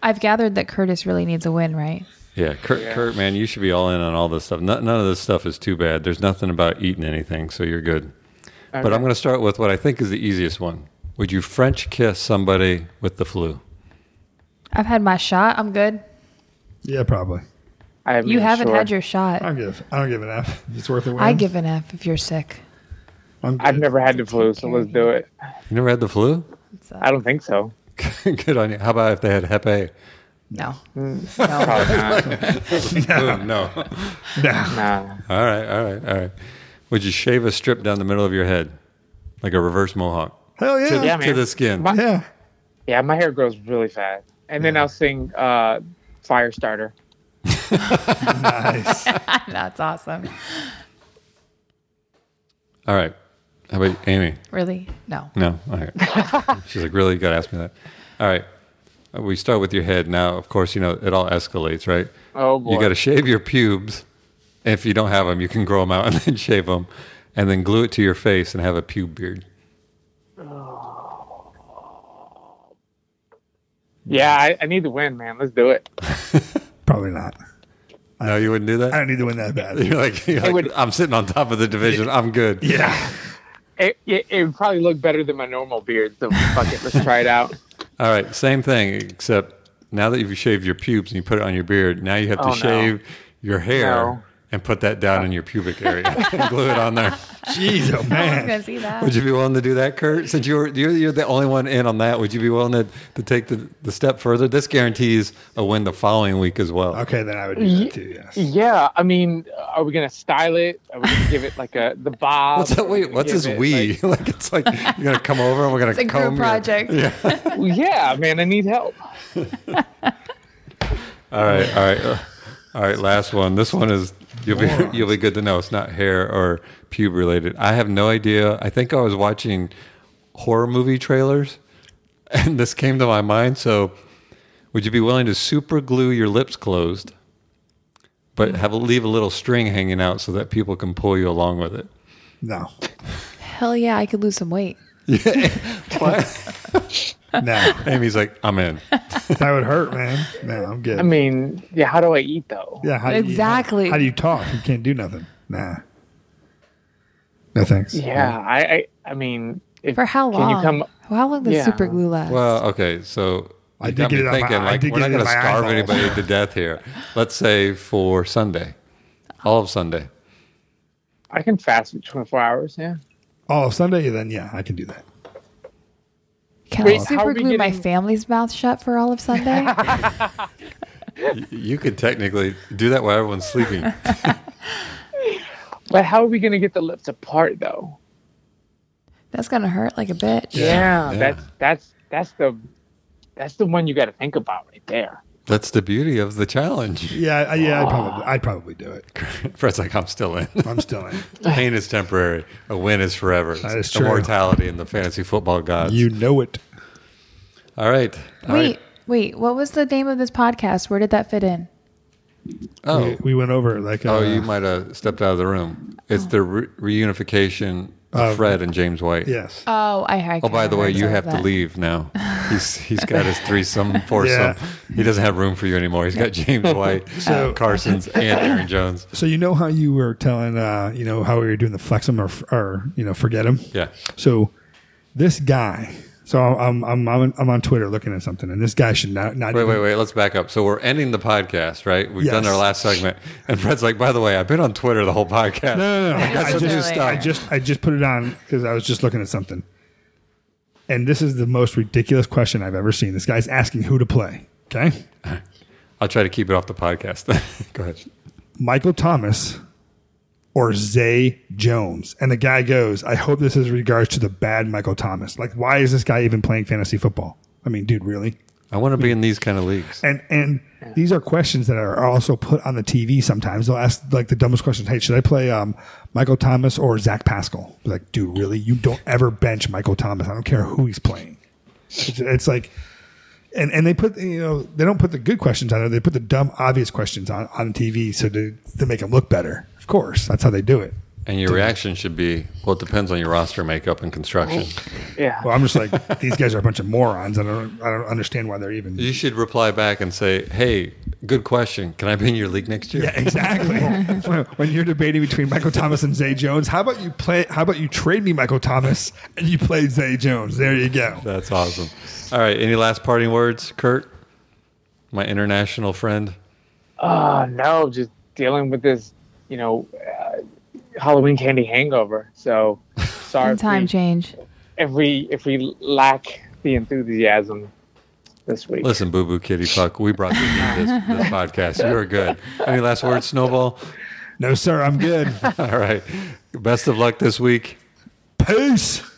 Speaker 3: I've gathered that Curtis really needs a win, right?
Speaker 2: Yeah, Kurt, Kurt, man, you should be all in on all this stuff. None, none of this stuff is too bad. There's nothing about eating anything, so you're good. But
Speaker 4: Okay.
Speaker 2: I'm going to start with what I think is the easiest one. Would you French kiss somebody with the flu?
Speaker 3: I've had my shot. I'm good.
Speaker 1: Yeah, probably.
Speaker 4: (laughs) I am
Speaker 3: You
Speaker 4: not
Speaker 3: haven't
Speaker 4: sure.
Speaker 3: had your shot.
Speaker 1: I don't give. I don't give an F. It's worth a win.
Speaker 3: I give an F if you're sick.
Speaker 1: I'm
Speaker 4: I've
Speaker 1: good.
Speaker 4: never had the flu, so let's do it.
Speaker 2: You never had the flu? (laughs)
Speaker 3: It's, uh,
Speaker 4: I don't think so.
Speaker 2: good on you. How about if they had Hep A?
Speaker 3: no.
Speaker 4: Probably (laughs) not.
Speaker 2: Boom,
Speaker 4: (laughs)
Speaker 2: no.
Speaker 1: Nah.
Speaker 4: Nah.
Speaker 2: All right, all right, all right. Would you shave a strip down the middle of your head, like a reverse mohawk,
Speaker 1: Hell yeah.
Speaker 4: Yeah,
Speaker 1: Yeah.
Speaker 4: man.
Speaker 2: to the skin?
Speaker 4: My- Yeah, my hair grows really fast. And then I'll sing uh, Firestarter.
Speaker 1: Nice.
Speaker 3: (laughs) That's awesome.
Speaker 2: All right. How about Amy?
Speaker 3: Really? No.
Speaker 2: No. All right.
Speaker 4: (laughs)
Speaker 2: She's like, really? You got to ask me that. All right. Uh, We start with your head. Now, of course, you know, it all escalates, right?
Speaker 4: Oh, boy.
Speaker 2: You got to shave your pubes. If you don't have (laughs) them, you can grow them out and then shave them and then glue it to your face and have a pube beard.
Speaker 4: Yeah, I, I need the win, man. Let's do it.
Speaker 1: Probably not.
Speaker 2: No, you wouldn't do
Speaker 1: I
Speaker 2: that.
Speaker 1: don't need to win that bad.
Speaker 2: (laughs) You're like, you're like,
Speaker 4: would-
Speaker 2: I'm sitting on top of the division. I'm good.
Speaker 1: Yeah.
Speaker 4: It, it, it would probably look better than my normal beard, so fuck it. Let's try
Speaker 2: (laughs)
Speaker 4: it out.
Speaker 2: All right, same thing, except now that you've shaved your pubes and you put it on your beard, now you have to
Speaker 4: Oh, no.
Speaker 2: shave your hair
Speaker 4: No. Uh.
Speaker 2: and put that down in your pubic
Speaker 4: (laughs)
Speaker 2: area and glue it on there.
Speaker 1: Jeez, oh
Speaker 3: (laughs) I was
Speaker 1: man.
Speaker 3: gonna see that.
Speaker 2: Would you be willing to do that, Kurt? Since you're you're, you're the only one in on that, would you be willing to, to take the, the step further? This guarantees a win the following week as well.
Speaker 1: Okay, then I would do that too. Yes.
Speaker 4: Yeah, I mean, are we gonna style it? Are we gonna give it like a the bob?
Speaker 2: What's that,
Speaker 4: Are we
Speaker 2: wait,
Speaker 4: gonna
Speaker 2: what's
Speaker 4: give
Speaker 2: this
Speaker 4: it,
Speaker 2: we? (laughs)
Speaker 4: like-
Speaker 2: Like, it's like you're gonna come over and we're gonna
Speaker 3: It's a group
Speaker 2: comb your-
Speaker 3: project.
Speaker 2: yeah.
Speaker 4: Well, yeah, man, I need help.
Speaker 2: All right, all right, uh, all right. Last one. This one is you'll be
Speaker 1: Morons.
Speaker 2: you'll be good to know. It's not hair or pube related. I have no idea. I think I was watching horror movie trailers, (laughs) and this came to my mind. So, would you be willing to super glue your lips closed, but have a, leave a little string hanging out so that people can pull you along with it?
Speaker 1: No.
Speaker 3: Hell yeah, I could lose some weight.
Speaker 1: No.
Speaker 2: Amy's like,
Speaker 1: (laughs)
Speaker 2: I'm in.
Speaker 1: That would hurt, man. No, I'm good.
Speaker 4: I mean, yeah, how do I eat though?
Speaker 1: yeah. How do you-
Speaker 3: Exactly.
Speaker 1: how, do you talk? You can't do nothing. Nah. No thanks.
Speaker 4: Yeah, I, I, I mean, if,
Speaker 3: For how long?
Speaker 4: Can you come?
Speaker 3: how long does
Speaker 4: Yeah.
Speaker 3: super glue last?
Speaker 2: Well, okay, so
Speaker 1: I
Speaker 2: you
Speaker 1: did
Speaker 2: got
Speaker 1: get
Speaker 2: me
Speaker 1: it on my-
Speaker 2: thinking,
Speaker 1: I
Speaker 2: like,
Speaker 1: did
Speaker 2: we're
Speaker 1: get
Speaker 2: not
Speaker 1: it in
Speaker 2: going to
Speaker 1: my
Speaker 2: starve
Speaker 1: eyeballs.
Speaker 2: anybody to death here. Let's say for Sunday, all of Sunday.
Speaker 4: I can fast for 24 hours. Yeah.
Speaker 1: Oh, Sunday, then yeah, I can do that.
Speaker 3: Can
Speaker 4: Wait,
Speaker 3: I
Speaker 4: how
Speaker 3: super
Speaker 4: are we
Speaker 3: glue my
Speaker 4: getting-
Speaker 3: family's mouth shut for all of Sunday?
Speaker 4: (laughs)
Speaker 2: You could technically do that while everyone's sleeping.
Speaker 1: (laughs)
Speaker 4: But how are we gonna get the lips apart though?
Speaker 3: That's gonna hurt like a bitch.
Speaker 4: Yeah,
Speaker 2: Yeah.
Speaker 4: that's that's that's the that's the one you got to think about right there.
Speaker 2: That's the beauty of the challenge. (laughs)
Speaker 1: Yeah, I- yeah, I'd probably, I'd probably do it.
Speaker 2: Fred's like, I'm
Speaker 1: (laughs)
Speaker 2: still in.
Speaker 1: I'm still
Speaker 3: (laughs)
Speaker 1: in.
Speaker 2: Pain is temporary. A win is forever.
Speaker 1: That is true.
Speaker 2: Immortality in the fantasy football gods.
Speaker 1: You know it.
Speaker 2: all right. all
Speaker 3: Wait,
Speaker 2: right.
Speaker 3: wait. What was the name of this podcast? Where did that fit in?
Speaker 2: Oh,
Speaker 1: We, we went over it like. Uh,
Speaker 2: oh, you might have stepped out of the room. It's the re- reunification of
Speaker 1: Of-
Speaker 2: Fred and James White.
Speaker 1: Yes.
Speaker 3: Oh, I. I
Speaker 2: Oh, by the way, you have to
Speaker 3: that.
Speaker 2: leave now. He's he's got his
Speaker 1: (laughs)
Speaker 2: threesome, foursome. He doesn't have room for you anymore. He's got James White,
Speaker 1: (laughs) So-
Speaker 2: Carson's, and Aaron Jones.
Speaker 1: So you know how you were telling, uh, you know how we were doing the flex him or, or you know forget him.
Speaker 2: Yeah.
Speaker 1: So this guy. So I'm I'm I'm on, I'm on Twitter looking at something, and this guy should not not.
Speaker 2: Wait,
Speaker 1: even-
Speaker 2: wait, wait. Let's back up. So we're ending the podcast, right? We've done
Speaker 1: Yes.
Speaker 2: our last segment, and Fred's like, "By the way, I've been on Twitter the whole podcast."
Speaker 1: No, no, no.
Speaker 2: got
Speaker 1: I,
Speaker 2: some
Speaker 1: just,
Speaker 2: new
Speaker 1: I
Speaker 2: stuff.
Speaker 1: just I just put it on because I was just looking at something. And this is the most ridiculous question I've ever seen. This guy's asking who to play. Okay.
Speaker 2: I'll try to keep it off the podcast. (laughs) Go ahead.
Speaker 1: Michael Thomas or Zay Jones. And the guy goes, I hope this is regards to the bad Michael Thomas. Like, why is this guy even playing fantasy football? I mean, dude, really?
Speaker 2: I want to be in these kind of leagues.
Speaker 1: And and these are questions that are also put on the TV sometimes. They'll ask like the dumbest questions. Hey, should I play um, Michael Thomas or Zach Pascal? Be Like, dude, really? You don't ever bench Michael Thomas. I don't care who he's playing. It's, it's like, and and they put you know they don't put the good questions on it. They put the dumb, obvious questions on on TV so to to make them look better. Of course, that's how they do it.
Speaker 2: And your reaction should be, "Well, it depends on your roster makeup and construction."
Speaker 1: Oh.
Speaker 4: Yeah.
Speaker 1: Well, I'm just like (laughs) these guys are a bunch of morons. I don't I don't understand why they're even.
Speaker 2: You should reply back and say, "Hey, good question. Can I be in your league next year?"
Speaker 1: Yeah, exactly. (laughs) when, when you're debating between Michael Thomas and Zay Jones, how about you play? How about you trade me Michael Thomas and you play Zay Jones? There you go.
Speaker 2: That's awesome. All right. Any last parting words, Kurt? My international friend.
Speaker 4: Uh, no, just dealing with this, you know, uh, Halloween candy hangover.
Speaker 3: (laughs)
Speaker 4: So sorry
Speaker 3: And
Speaker 4: if
Speaker 3: time
Speaker 4: we,
Speaker 3: change.
Speaker 4: if we if we lack the enthusiasm this week.
Speaker 2: Listen, boo boo kitty fuck. We brought you to this, this podcast. You are good. Any last words, Snowball?
Speaker 1: No, sir, I'm good.
Speaker 2: (laughs) All right. Best of luck this week.
Speaker 1: Peace.